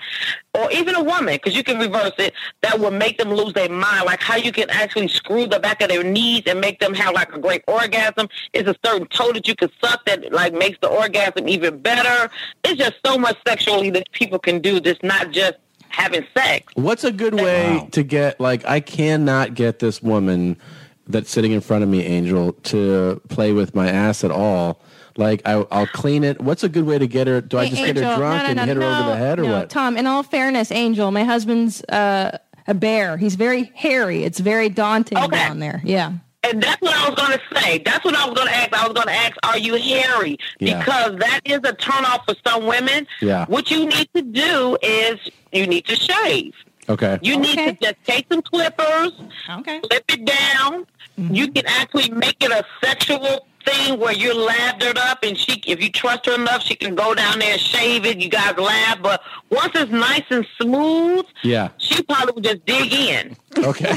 or even a woman, because you can reverse it. That will make them lose their mind. Like how you can actually screw the back of their knees and make them have like a great orgasm. It's a certain toe that you can suck that like makes the orgasm even better. It's just so much sexually that people can do. That's not just having sex. What's a good way to get like I cannot get this woman that's sitting in front of me, Angel, to play with my ass at all. Like I, I'll clean it. What's a good way to get her? Do I Hey, just get Angel, her drunk no, no, and no, hit her over no, the head or no. what? Tom, in all fairness, Angel, my husband's uh, a bear. He's very hairy. It's very daunting down there. Yeah. And that's what I was going to say. That's what I was going to ask. I was going to ask, are you hairy? Yeah. Because that is a turnoff for some women. Yeah. What you need to do is you need to shave. Okay. You need to just take some clippers, okay. clip it down. You can actually make it a sexual thing where you're lathered up, and she, if you trust her enough, she can go down there and shave it. You guys laugh, but once it's nice and smooth, Yeah. she probably will just dig in. Okay.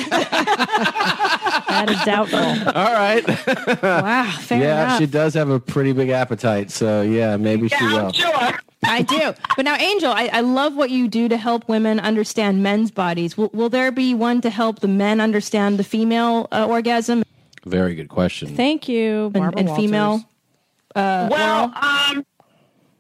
that is doubtful. All right. wow. Fair yeah, enough. she does have a pretty big appetite. So yeah, maybe she will. sure. I do. But now, Angel, I, I love what you do to help women understand men's bodies. Will, will there be one to help the men understand the female uh, orgasm? Very good question. Thank you, and, Barbara and female. Uh, well, um,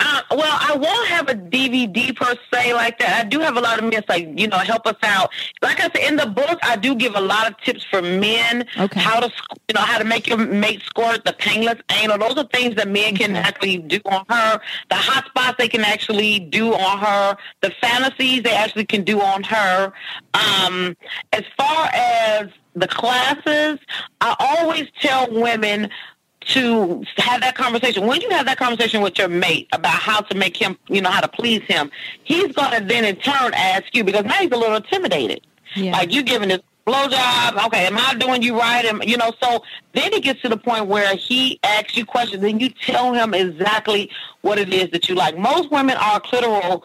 uh, well, I won't have a DVD per se like that. I do have a lot of men like you know help us out. Like I said in the book, I do give a lot of tips for men okay. how to squ- you know how to make your mate squirt, the painless anal. Those are things that men can actually do on her. The hot spots they can actually do on her. The fantasies they actually can do on her. Um, as far as the classes, I always tell women to have that conversation. When you have that conversation with your mate about how to make him, you know, how to please him, he's going to then in turn ask you because now he's a little intimidated. Like you giving this blowjob. Okay, am I doing you right? Am, you know, so then it gets to the point where he asks you questions and you tell him exactly what it is that you like. Most women are clitoral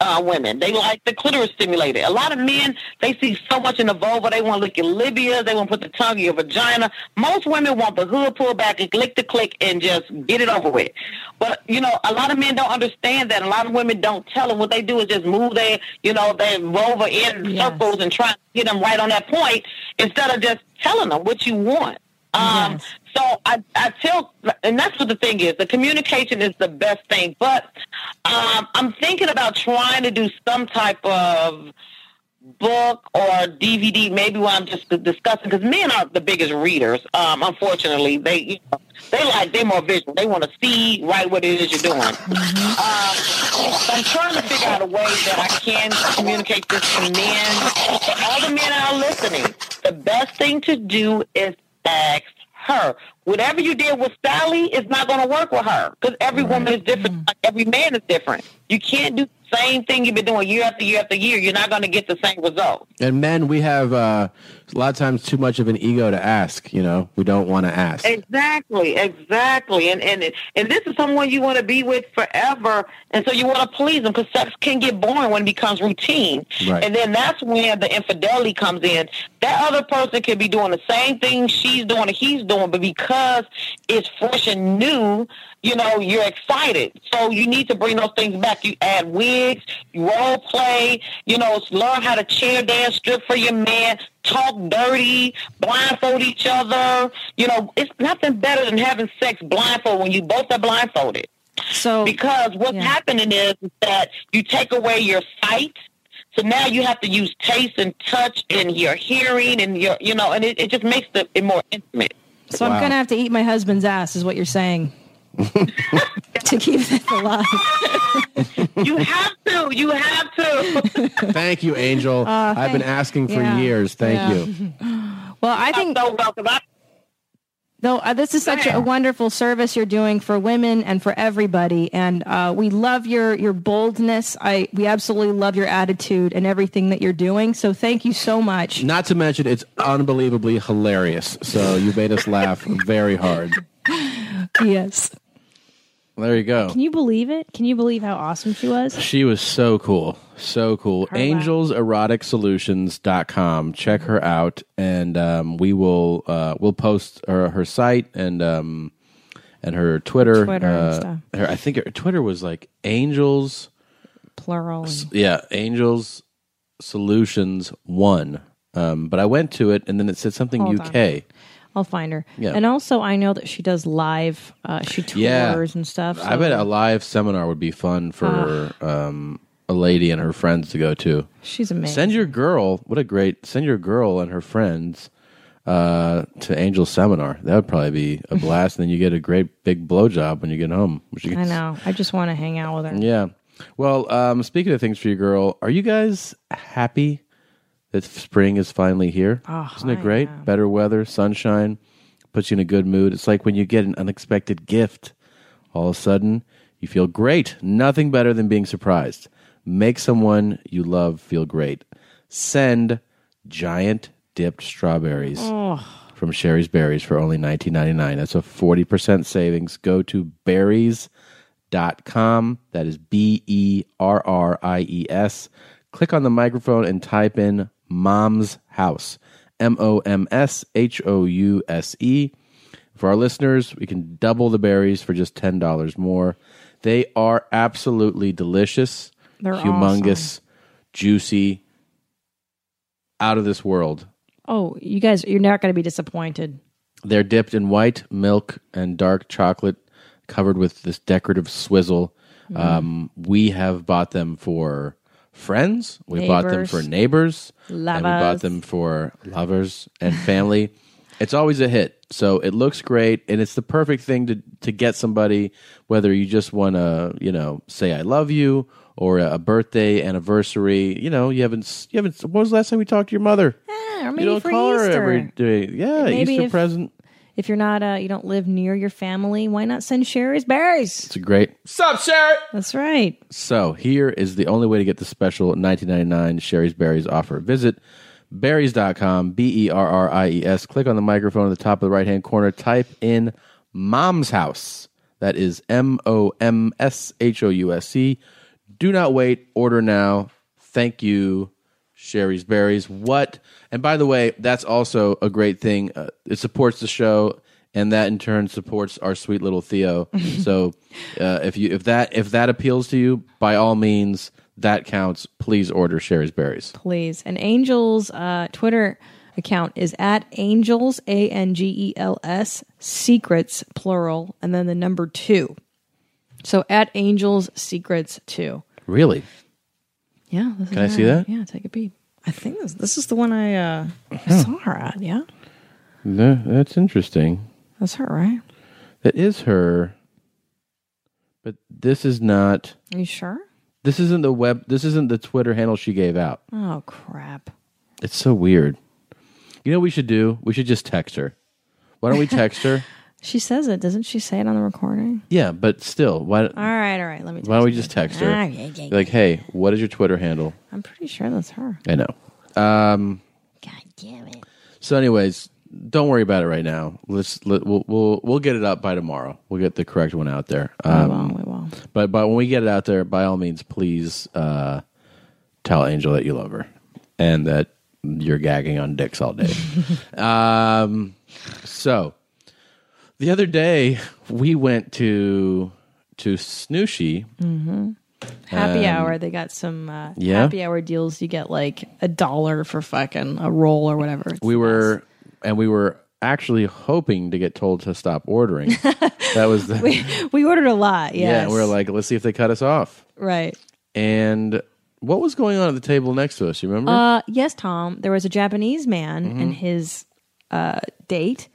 uh, women. They like the clitoris stimulated. A lot of men, they see so much in the vulva, they want to lick your labia, they want to put the tongue in your vagina. Most women want the hood pulled back and click the click and just get it over with. But, you know, a lot of men don't understand that. A lot of women don't tell them. What they do is just move their, you know, their vulva in circles and try to get them right on that point instead of just telling them what you want. Um, So I, I tell, and that's what the thing is. The communication is the best thing. But um, I'm thinking about trying to do some type of book or DVD, maybe what I'm just discussing, because men are the biggest readers. Um, unfortunately, they you know, they like they're more visual. They want to see right what it is you're doing. Um, so I'm trying to figure out a way that I can communicate this to men, to all the men out listening. The best thing to do is ask her. Whatever you did with Sally is not going to work with her because every woman is different. Like every man is different. You can't do the same thing you've been doing year after year after year. You're not going to get the same result. And men, we have uh, a lot of times too much of an ego to ask. You know, we don't want to ask. Exactly, exactly. And and and this is someone you want to be with forever, and so you want to please them because sex can get boring when it becomes routine. Right. And then that's when the infidelity comes in. That other person could be doing the same thing she's doing or he's doing, but because it's fresh and new, you know, you're excited. So you need to bring those things back. You add wigs, you role play, you know, learn how to chair dance, strip for your man, talk dirty, blindfold each other. You know, it's nothing better than having sex blindfold when you both are blindfolded. So because what's happening is that you take away your sight. So now you have to use taste and touch and your hearing and your, you know, and it, it just makes the, it more intimate. so I'm going to have to eat my husband's ass, is what you're saying, to keep this alive. you have to. You have to. Thank you, Angel. Uh, I've been thank- asking for yeah. years. Thank Yeah. you. Well, I think so welcome. No, uh, this is such a wonderful service you're doing for women and for everybody, and uh, we love your your boldness. I we absolutely love your attitude and everything that you're doing. So thank you so much. Not to mention, it's unbelievably hilarious. So you made us laugh very hard. Yes. Well, there you go. Can you believe it? Can you believe how awesome she was? She was so cool. So cool. AngelsEroticSolutions.com. Check her out and um, we will uh, we'll post her her site and um, and her Twitter. Twitter and uh, stuff. her- I think her Twitter was like Angels Plural. yeah, Angels Solutions 1. Um, but I went to it and then it said something Hold UK. on. I'll find her. Yeah. And also, I know that she does live. Uh, she tours Yeah. and stuff. I so- bet a live seminar would be fun for Ah. um, a lady and her friends to go to. She's amazing. Send your girl. What a great. Send your girl and her friends uh, to Angel Seminar. That would probably be a blast. and then you get a great big blowjob when you get home. Which you I can- know. I just want to hang out with her. Yeah. Well, um, speaking of things for your girl, are you guys happy that spring is finally here? Oh, Isn't it great? Better weather, sunshine. puts you in a good mood. It's like when you get an unexpected gift. All of a sudden, you feel great. Nothing better than being surprised. Make someone you love feel great. Send giant dipped strawberries Oh. from Sherry's Berries for only $19.99. That's a 40% savings. Go to berries.com. That is B E R R I E S. Click on the microphone and type in Mom's House. M O M S H O U S E. For our listeners, we can double the berries for just $10 more. They are absolutely delicious, They're humongous, juicy, out of this world. Oh, you guys, you're not going to be disappointed. They're dipped in white milk and dark chocolate, covered with this decorative swizzle. Mm. Um, we have bought them for friends. We bought them Neighbors. for neighbors. And we bought Lovers. them for lovers and family. it's always a hit. So it looks great, and it's the perfect thing to to get somebody. Whether you just want to, you know, say I love you, or a birthday anniversary. You know, you haven't s- you haven't. When was the last time we talked to your mother? Yeah, or Eh, maybe you don't for call Easter. her every day. Yeah, Maybe Easter if- present. If you're not, uh, you don't live near your family, why not send Sherry's berries? It's a great Sup, Sherry? That's right. So here is the only way to get the special 19.99 Sherry's Berries offer. Visit berries.com, B E R R I E S. Click on the microphone at the top of the right hand corner. Type in Mom's House. That is M O M S H O U S E. Do not wait. Order now. Thank you, Sherry's Berries. What? And by the way, that's also a great thing. Uh, it supports the show, and that in turn supports our sweet little Theo. so, uh, if you if that if that appeals to you, by all means, that counts. Please order Sherry's Berries. Please. And Angel's uh, Twitter account is at Angels, A N G E L S, Secrets, plural, and then the number two. So at Angels Secrets 2. Really? Yeah. this is Can I see her. that? Yeah, take a peek. I think this, this is the one I, uh, I saw her at. Yeah. No, that's interesting. That's her, right? That is her. But this is not. Are you sure? This isn't the web. This isn't the Twitter handle she gave out. Oh, crap. It's so weird. You know what we should do? We should just text her. Why don't we text her? She says it. Doesn't she say it on the recording? Yeah, but still, why? All right, all right. Let me Why don't we just text her? Ah, yeah, yeah, Be Like, hey, what is your Twitter handle? I'm pretty sure that's her. I know. Um, God damn it. So, anyways, don't worry about it right now. Let's let, we'll, we'll we'll get it up by tomorrow. We'll get the correct one out there. Um, we won't. But but when we get it out there, by all means, please uh, tell Angel that you love her and that you're gagging on dicks all day. um, so the other day we went to to Snooshy. hmm Happy Um, hour. They got some uh, yeah. happy hour deals. You get like a dollar for fucking a roll or whatever. we were and we were actually hoping to get told to stop ordering. that was the we, we ordered a lot. Yes. yeah. and we were like, let's see if they cut us off. right. And what was going on at the table next to us? You remember? Uh, yes, Tom. There was a Japanese man Mm-hmm. and his uh, date,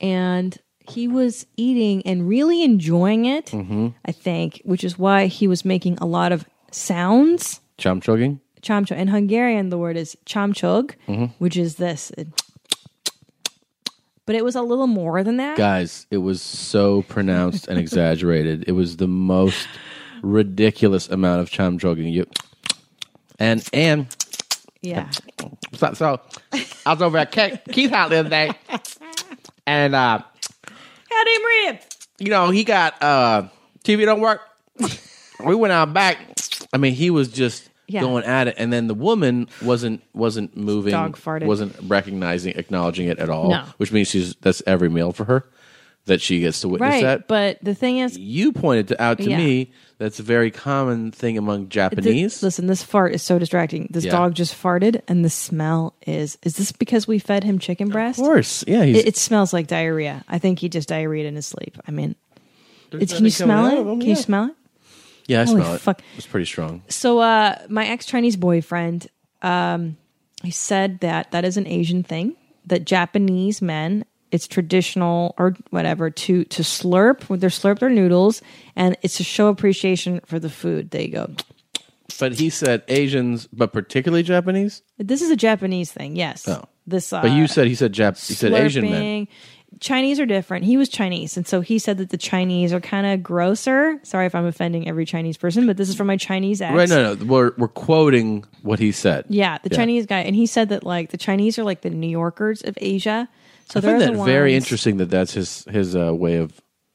and he was eating and really enjoying it. Mhm. I think, which is why he was making a lot of sounds. Chom chugging. Chamcho. In Hungarian, the word is chamchog, Mhm. which is this. But it was a little more than that. Guys, it was so pronounced and exaggerated. It was the most ridiculous amount of chom chugging. You and and Yeah. So, so I was over at Ke- Keith's house the other day, and uh, Had him rib. you know he got uh, TV don't work. we went out back. I mean, he was just Yeah. going at it, and then the woman wasn't wasn't moving, Dog farted. wasn't recognizing, acknowledging it at all. No. Which means she's that's every meal for her that she gets to witness Right. that. But the thing is, You pointed to- out to Yeah. me that's a very common thing among th- Japanese. listen, this fart is so distracting. This Yeah. dog just farted, and the smell is. Is this because we fed him chicken breast? Of course. Yeah, he's- It, it smells like diarrhea. I think he just diarrheaed in his sleep. I mean, There's it's, can you nothing coming smell out it? of him, Can oh, yeah. you smell it? yeah, I Holy smell it. fuck. It's pretty strong. So uh my ex-Chinese boyfriend um he said that that is an Asian thing that Japanese men it's traditional or whatever to to slurp with their slurp their noodles and it's to show appreciation for the food. They go But he said Asians, but particularly Japanese. this is a Japanese thing. Yes. Oh. this. Uh, But you said he said Jap. He said Asian men. slurping. Chinese are different. He was Chinese, and so he said that the Chinese are kind of grosser. Sorry if I'm offending every Chinese person, but this is from my Chinese ex. Right? No, no. We're we're quoting what he said. Yeah, the Chinese guy, and he said that like the Chinese are like the New Yorkers of Asia. I So find they're that the very ones- interesting that that's his his uh, way of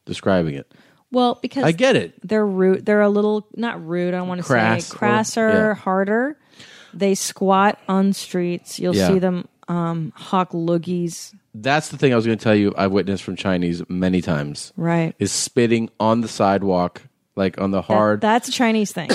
describing it. Well, because I get it. They're rude. They're a little not rude. I want to Crass say or- crasser, yeah. harder. They squat on streets. You'll Yeah. see them um, hawk loogies. That's the thing I was going to tell you. I've witnessed from Chinese many times. Right. Is spitting on the sidewalk, like on the hard, That's a Chinese thing.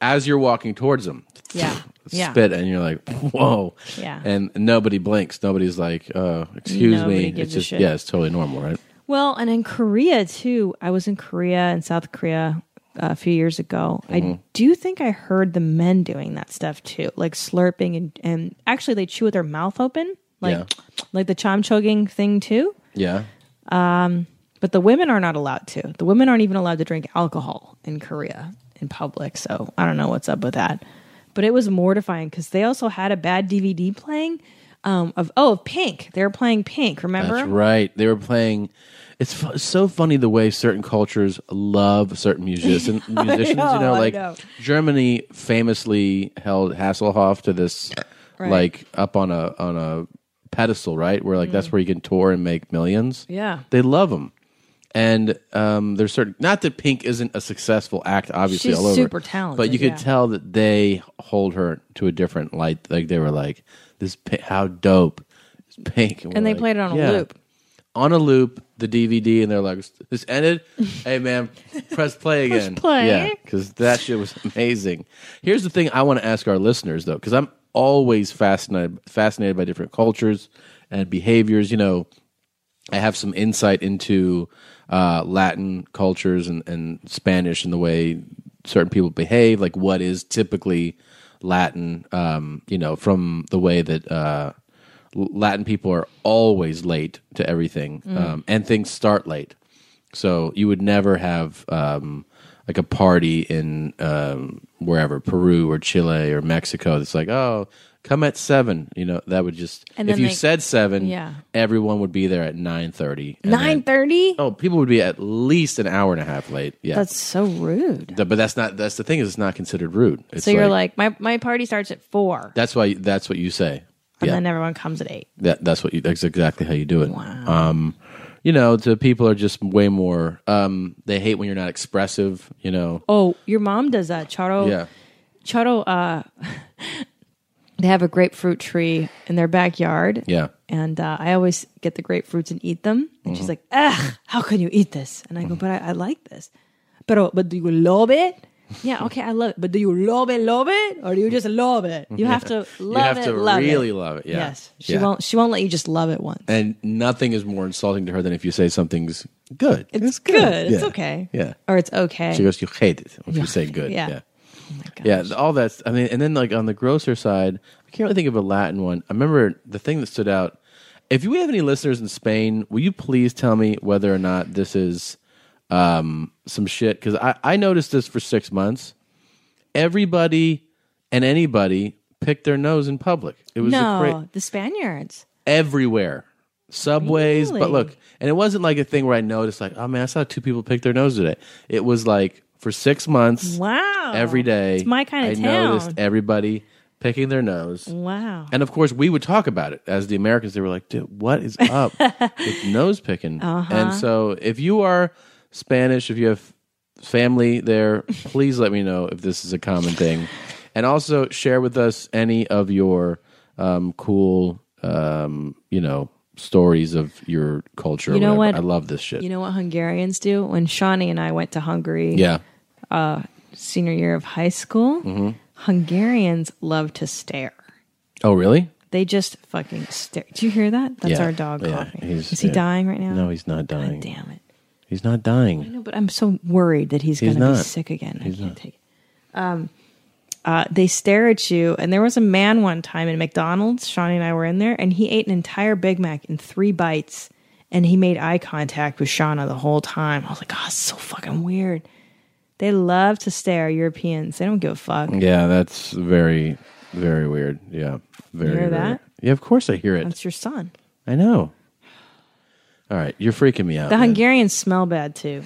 as you're walking towards them. yeah. Yeah. Spit, and you're like, whoa. Yeah. And nobody blinks. Nobody's like, uh, excuse Nobody me. gives It's a just, shit. yeah, it's totally normal, right? Well, and in Korea too. I was in Korea and South Korea uh, a few years ago. Mhm. I do think I heard the men doing that stuff too, like slurping and and actually they chew with their mouth open, like like the chomchogging thing too. yeah. Um, but the women are not allowed to. The women aren't even allowed to drink alcohol in Korea in public. So I don't know what's up with that. But it was mortifying because they also had a bad DVD playing um, of oh of Pink. They were playing Pink. Remember? That's right. They were playing. It's fu- so funny the way certain cultures love certain musician, I musicians. know, you know, I like know. Germany famously held Hasselhoff to this, Right. like up on a on a pedestal, right? Where like that's where you can tour and make millions. Mm. Yeah. they love him. And um, there's certain not that Pink isn't a successful act, obviously She's all over, super talented, but you could yeah. tell that they hold her to a different light. Like they were like, "This Pi- how dope is Pink," And we're they played it on a loop. on a loop the DVD, and they're like, "This ended." hey, man, press play Press again. play. Yeah, because that shit was amazing. Here's the thing I want to ask our listeners though, because I'm always fascinated fascinated by different cultures and behaviors. You know, I have some insight into uh, Latin cultures and, and Spanish and the way certain people behave, like what is typically Latin, um, you know, from the way that uh, L- Latin people are always late to everything Mm. um, and things start late. So you would never have um, like a party in um, wherever, Peru or Chile or Mexico that's like, oh, come at seven. You know, that would just, And if then you they- said seven, Yeah. everyone would be there at 9.30 and then- Nine thirty. oh people would be at least an hour and a half late yeah That's so rude. Th- but that's not that's the thing is it's not considered rude it's so you're like, my my party starts at four, that's why that's what you say and yeah then everyone comes at eight. that, that's what you that's exactly how you do it um you know the people are just way more um they hate when you're not expressive you know Oh, your mom does that, Charo. yeah Charo. Uh, they have a grapefruit tree in their backyard. yeah And uh, I always get the grapefruits and eat them. And she's Mhm. like, ugh, how can you eat this? And I Mm-hmm. go, but I, I like this. But but do you love it? Yeah, okay, I love it. But do you love it, love it, or do you just love it? You have to love you have it, to love really it. love it yeah Yes, she Yeah. won't. She won't let you just love it once. and nothing is more insulting to her than if you say something's good It's, good. It's Yeah. okay. yeah Or it's okay. Oh She goes, you hate it if you say good. Yeah. Yeah. yeah. All that's, I mean, and then like on the grosser side, I can't really think of a Latin one. I remember the thing that stood out. If we have any listeners in Spain, will you please tell me whether or not this is um, some shit? Because I, I noticed this for six months. Everybody and anybody picked their nose in public. It was no, a cra- the Spaniards. everywhere. Subways, but Really? look, and it wasn't like a thing where I noticed, like, oh man, I saw two people pick their nose today. It was like for six months, Wow. every day, Oh, It's my kinda I town. noticed everybody picking their nose, Wow. and of course, we would talk about it as the Americans. They were like, dude, what is up with nose picking? Uh-huh. And so, if you are Spanish, if you have family there, please let me know if this is a common thing. And also share with us any of your um, cool, um, you know, stories of your culture. or You know whatever. what? I love this shit. You know what Hungarians do? When Shawnee and I went to Hungary, yeah. uh, senior year of high school, hmm Hungarians love to stare. Oh, really? They just fucking stare. Do you hear that? That's Yeah. our dog Yeah. coughing. He's- Is he yeah. dying right now? No, he's not dying. damn it. He's not dying. I know, but I'm so worried that he's, He's going to be not. sick again. He's I can't not. take it. Um, uh, they stare at you, and there was a man one time in McDonald's. Shawnee and I were in there, and he ate an entire Big Mac in three bites, and he made eye contact with Shauna the whole time. I was like, "Oh, it's so fucking weird." They love to stare. Europeans, they don't give a fuck. Yeah, that's very Very weird. Yeah. Very You hear very- that? Yeah, of course I hear it. That's your son. I know. All right, you're freaking me out. the man. Hungarians smell bad too.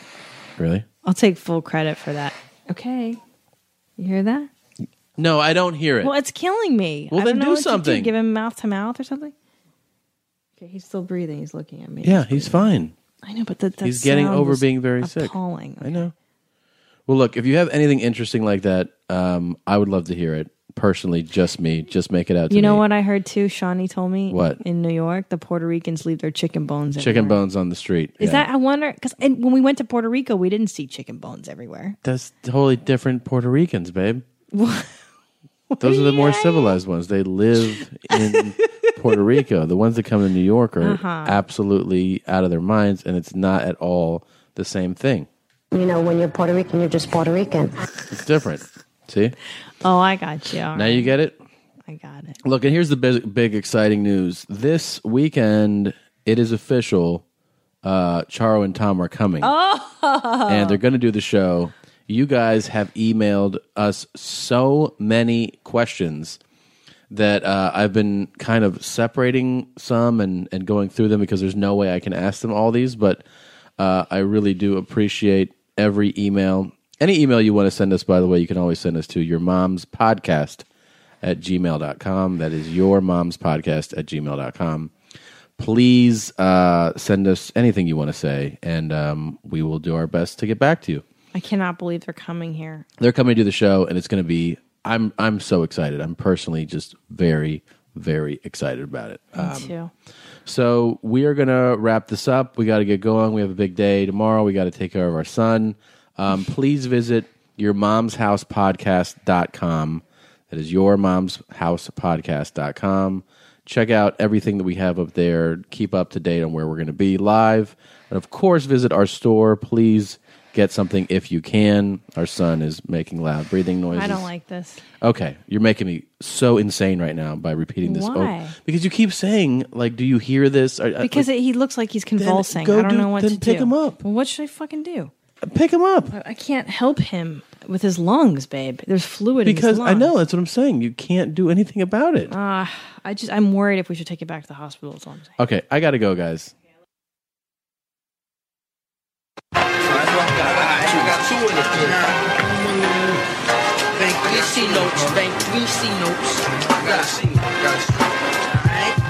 Really? I'll take full credit for that. Okay. You hear that? No, I don't hear it. Well, it's killing me. Well, I then don't know do what to something. Give him mouth to mouth or something. Okay, he's still breathing. He's looking at me. yeah, he's fine. I know, but that, that He's getting sound over was being very sick. appalling. I know. Well, look, if you have anything interesting like that, um, I would love to hear it personally. Just me, just make it out. To You know me. what I heard too? Shawnee told me What? in New York, the Puerto Ricans leave their chicken bones. Chicken everywhere. bones on the street. Is Yeah. that I wonder? Because when we went to Puerto Rico, we didn't see chicken bones everywhere. That's totally different Puerto Ricans, babe. What? Those are the more civilized ones. They live in Puerto Rico. The ones that come to New York are Uh-huh. absolutely out of their minds, and it's not at all the same thing. You know, when you're Puerto Rican, you're just Puerto Rican. It's different. See? Oh, I got you. All Now right. you get it? I got it. Look, and here's the big, big exciting news. This weekend, it is official. Uh, Charo and Tom are coming. Oh, and they're going to do the show. You guys have emailed us so many questions that uh, I've been kind of separating some and, and going through them because there's no way I can ask them all these. But uh, I really do appreciate every email. Any email you want to send us, by the way, you can always send us to your mom's podcast at gmail.com. That is your mom's podcast at gmail.com. Please uh, send us anything you want to say, and um, we will do our best to get back to you. I cannot believe they're coming here. They're coming to do the show, and it's going to be. I'm I'm so excited. I'm personally just very very excited about it. Me too. So we are going to wrap this up. We got to get going. We have a big day tomorrow. We got to take care of our son. Um, please visit your mom's house podcast.com. That is your mom's house podcast.com. Check out everything that we have up there. Keep up to date on where we're going to be live. And of course, visit our store. Please get something if you can. Our son is making loud breathing noises. I don't like this. Okay, you're making me so insane right now by repeating this. over- Why? because you keep saying, like, do you hear this? Or, uh, Because like, it, he looks like he's convulsing. go I don't do- know what then to pick do. him up. Well, what should I fucking do? Pick him up. I can't help him with his lungs, babe. There's fluid in his because lungs. I know that's what I'm saying. You can't do anything about it. Ah, I just I'm worried if we should take it back to the hospital. That's all I'm saying. Okay, I gotta go, guys. You see notes, bank. You see notes. Gotta see. Gotta see.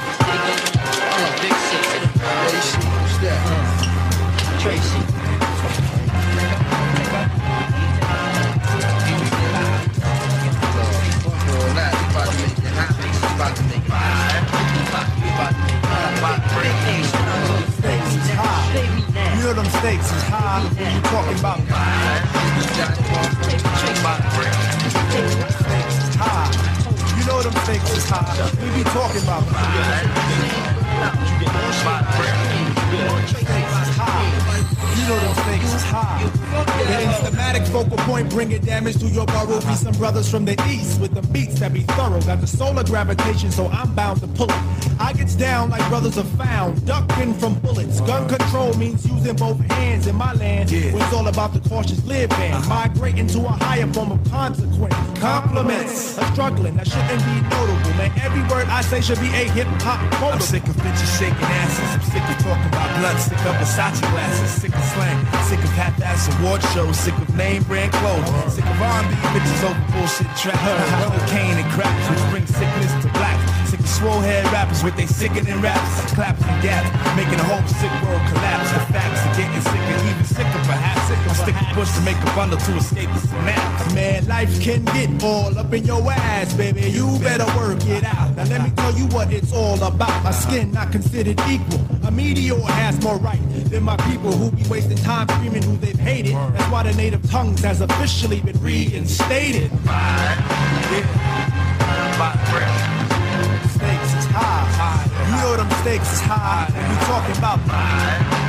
Tracy. You know them stakes is high. You talking about Stakes is high. You know them stakes is high. We be talking about You know them stakes is high. The instamatic focal point bringing damage to your burrow. Be some brothers from the east with the beats that be thorough. Got the solar gravitation, so I'm bound to pull it. I gets down like brothers are found, ducking from bullets. Gun control means using both hands in my land. When it's all about the cautious live band, migrating to a higher form of consequence. Compliments, I'm struggling that shouldn't be notable. Man, every word I say should be a hip hop quote. I'm sick of bitches shaking asses. I'm sick of talking about blood. Sick of Versace glasses. Sick of slang. Sick of half-ass award shows. Sick of name brand clothes. Sick of R&B bitches over bullshit trap. Cocaine and crack, which brings sickness to black. Sick of swole head rappers with they sickening raps. Claps and gaps, making the whole sick world collapse. The facts are getting sicker, even sicker perhaps. I stick a push to make a bundle to escape the synapse. Man, life can get all up in your ass, baby. You better work it out. Now let me tell you what it's all about. My skin not considered equal. A meteor has more right than my people who be wasting time screaming who they've hated. That's why the native tongues has officially been reinstated. Stakes is high. You know them stakes is high. When you talking about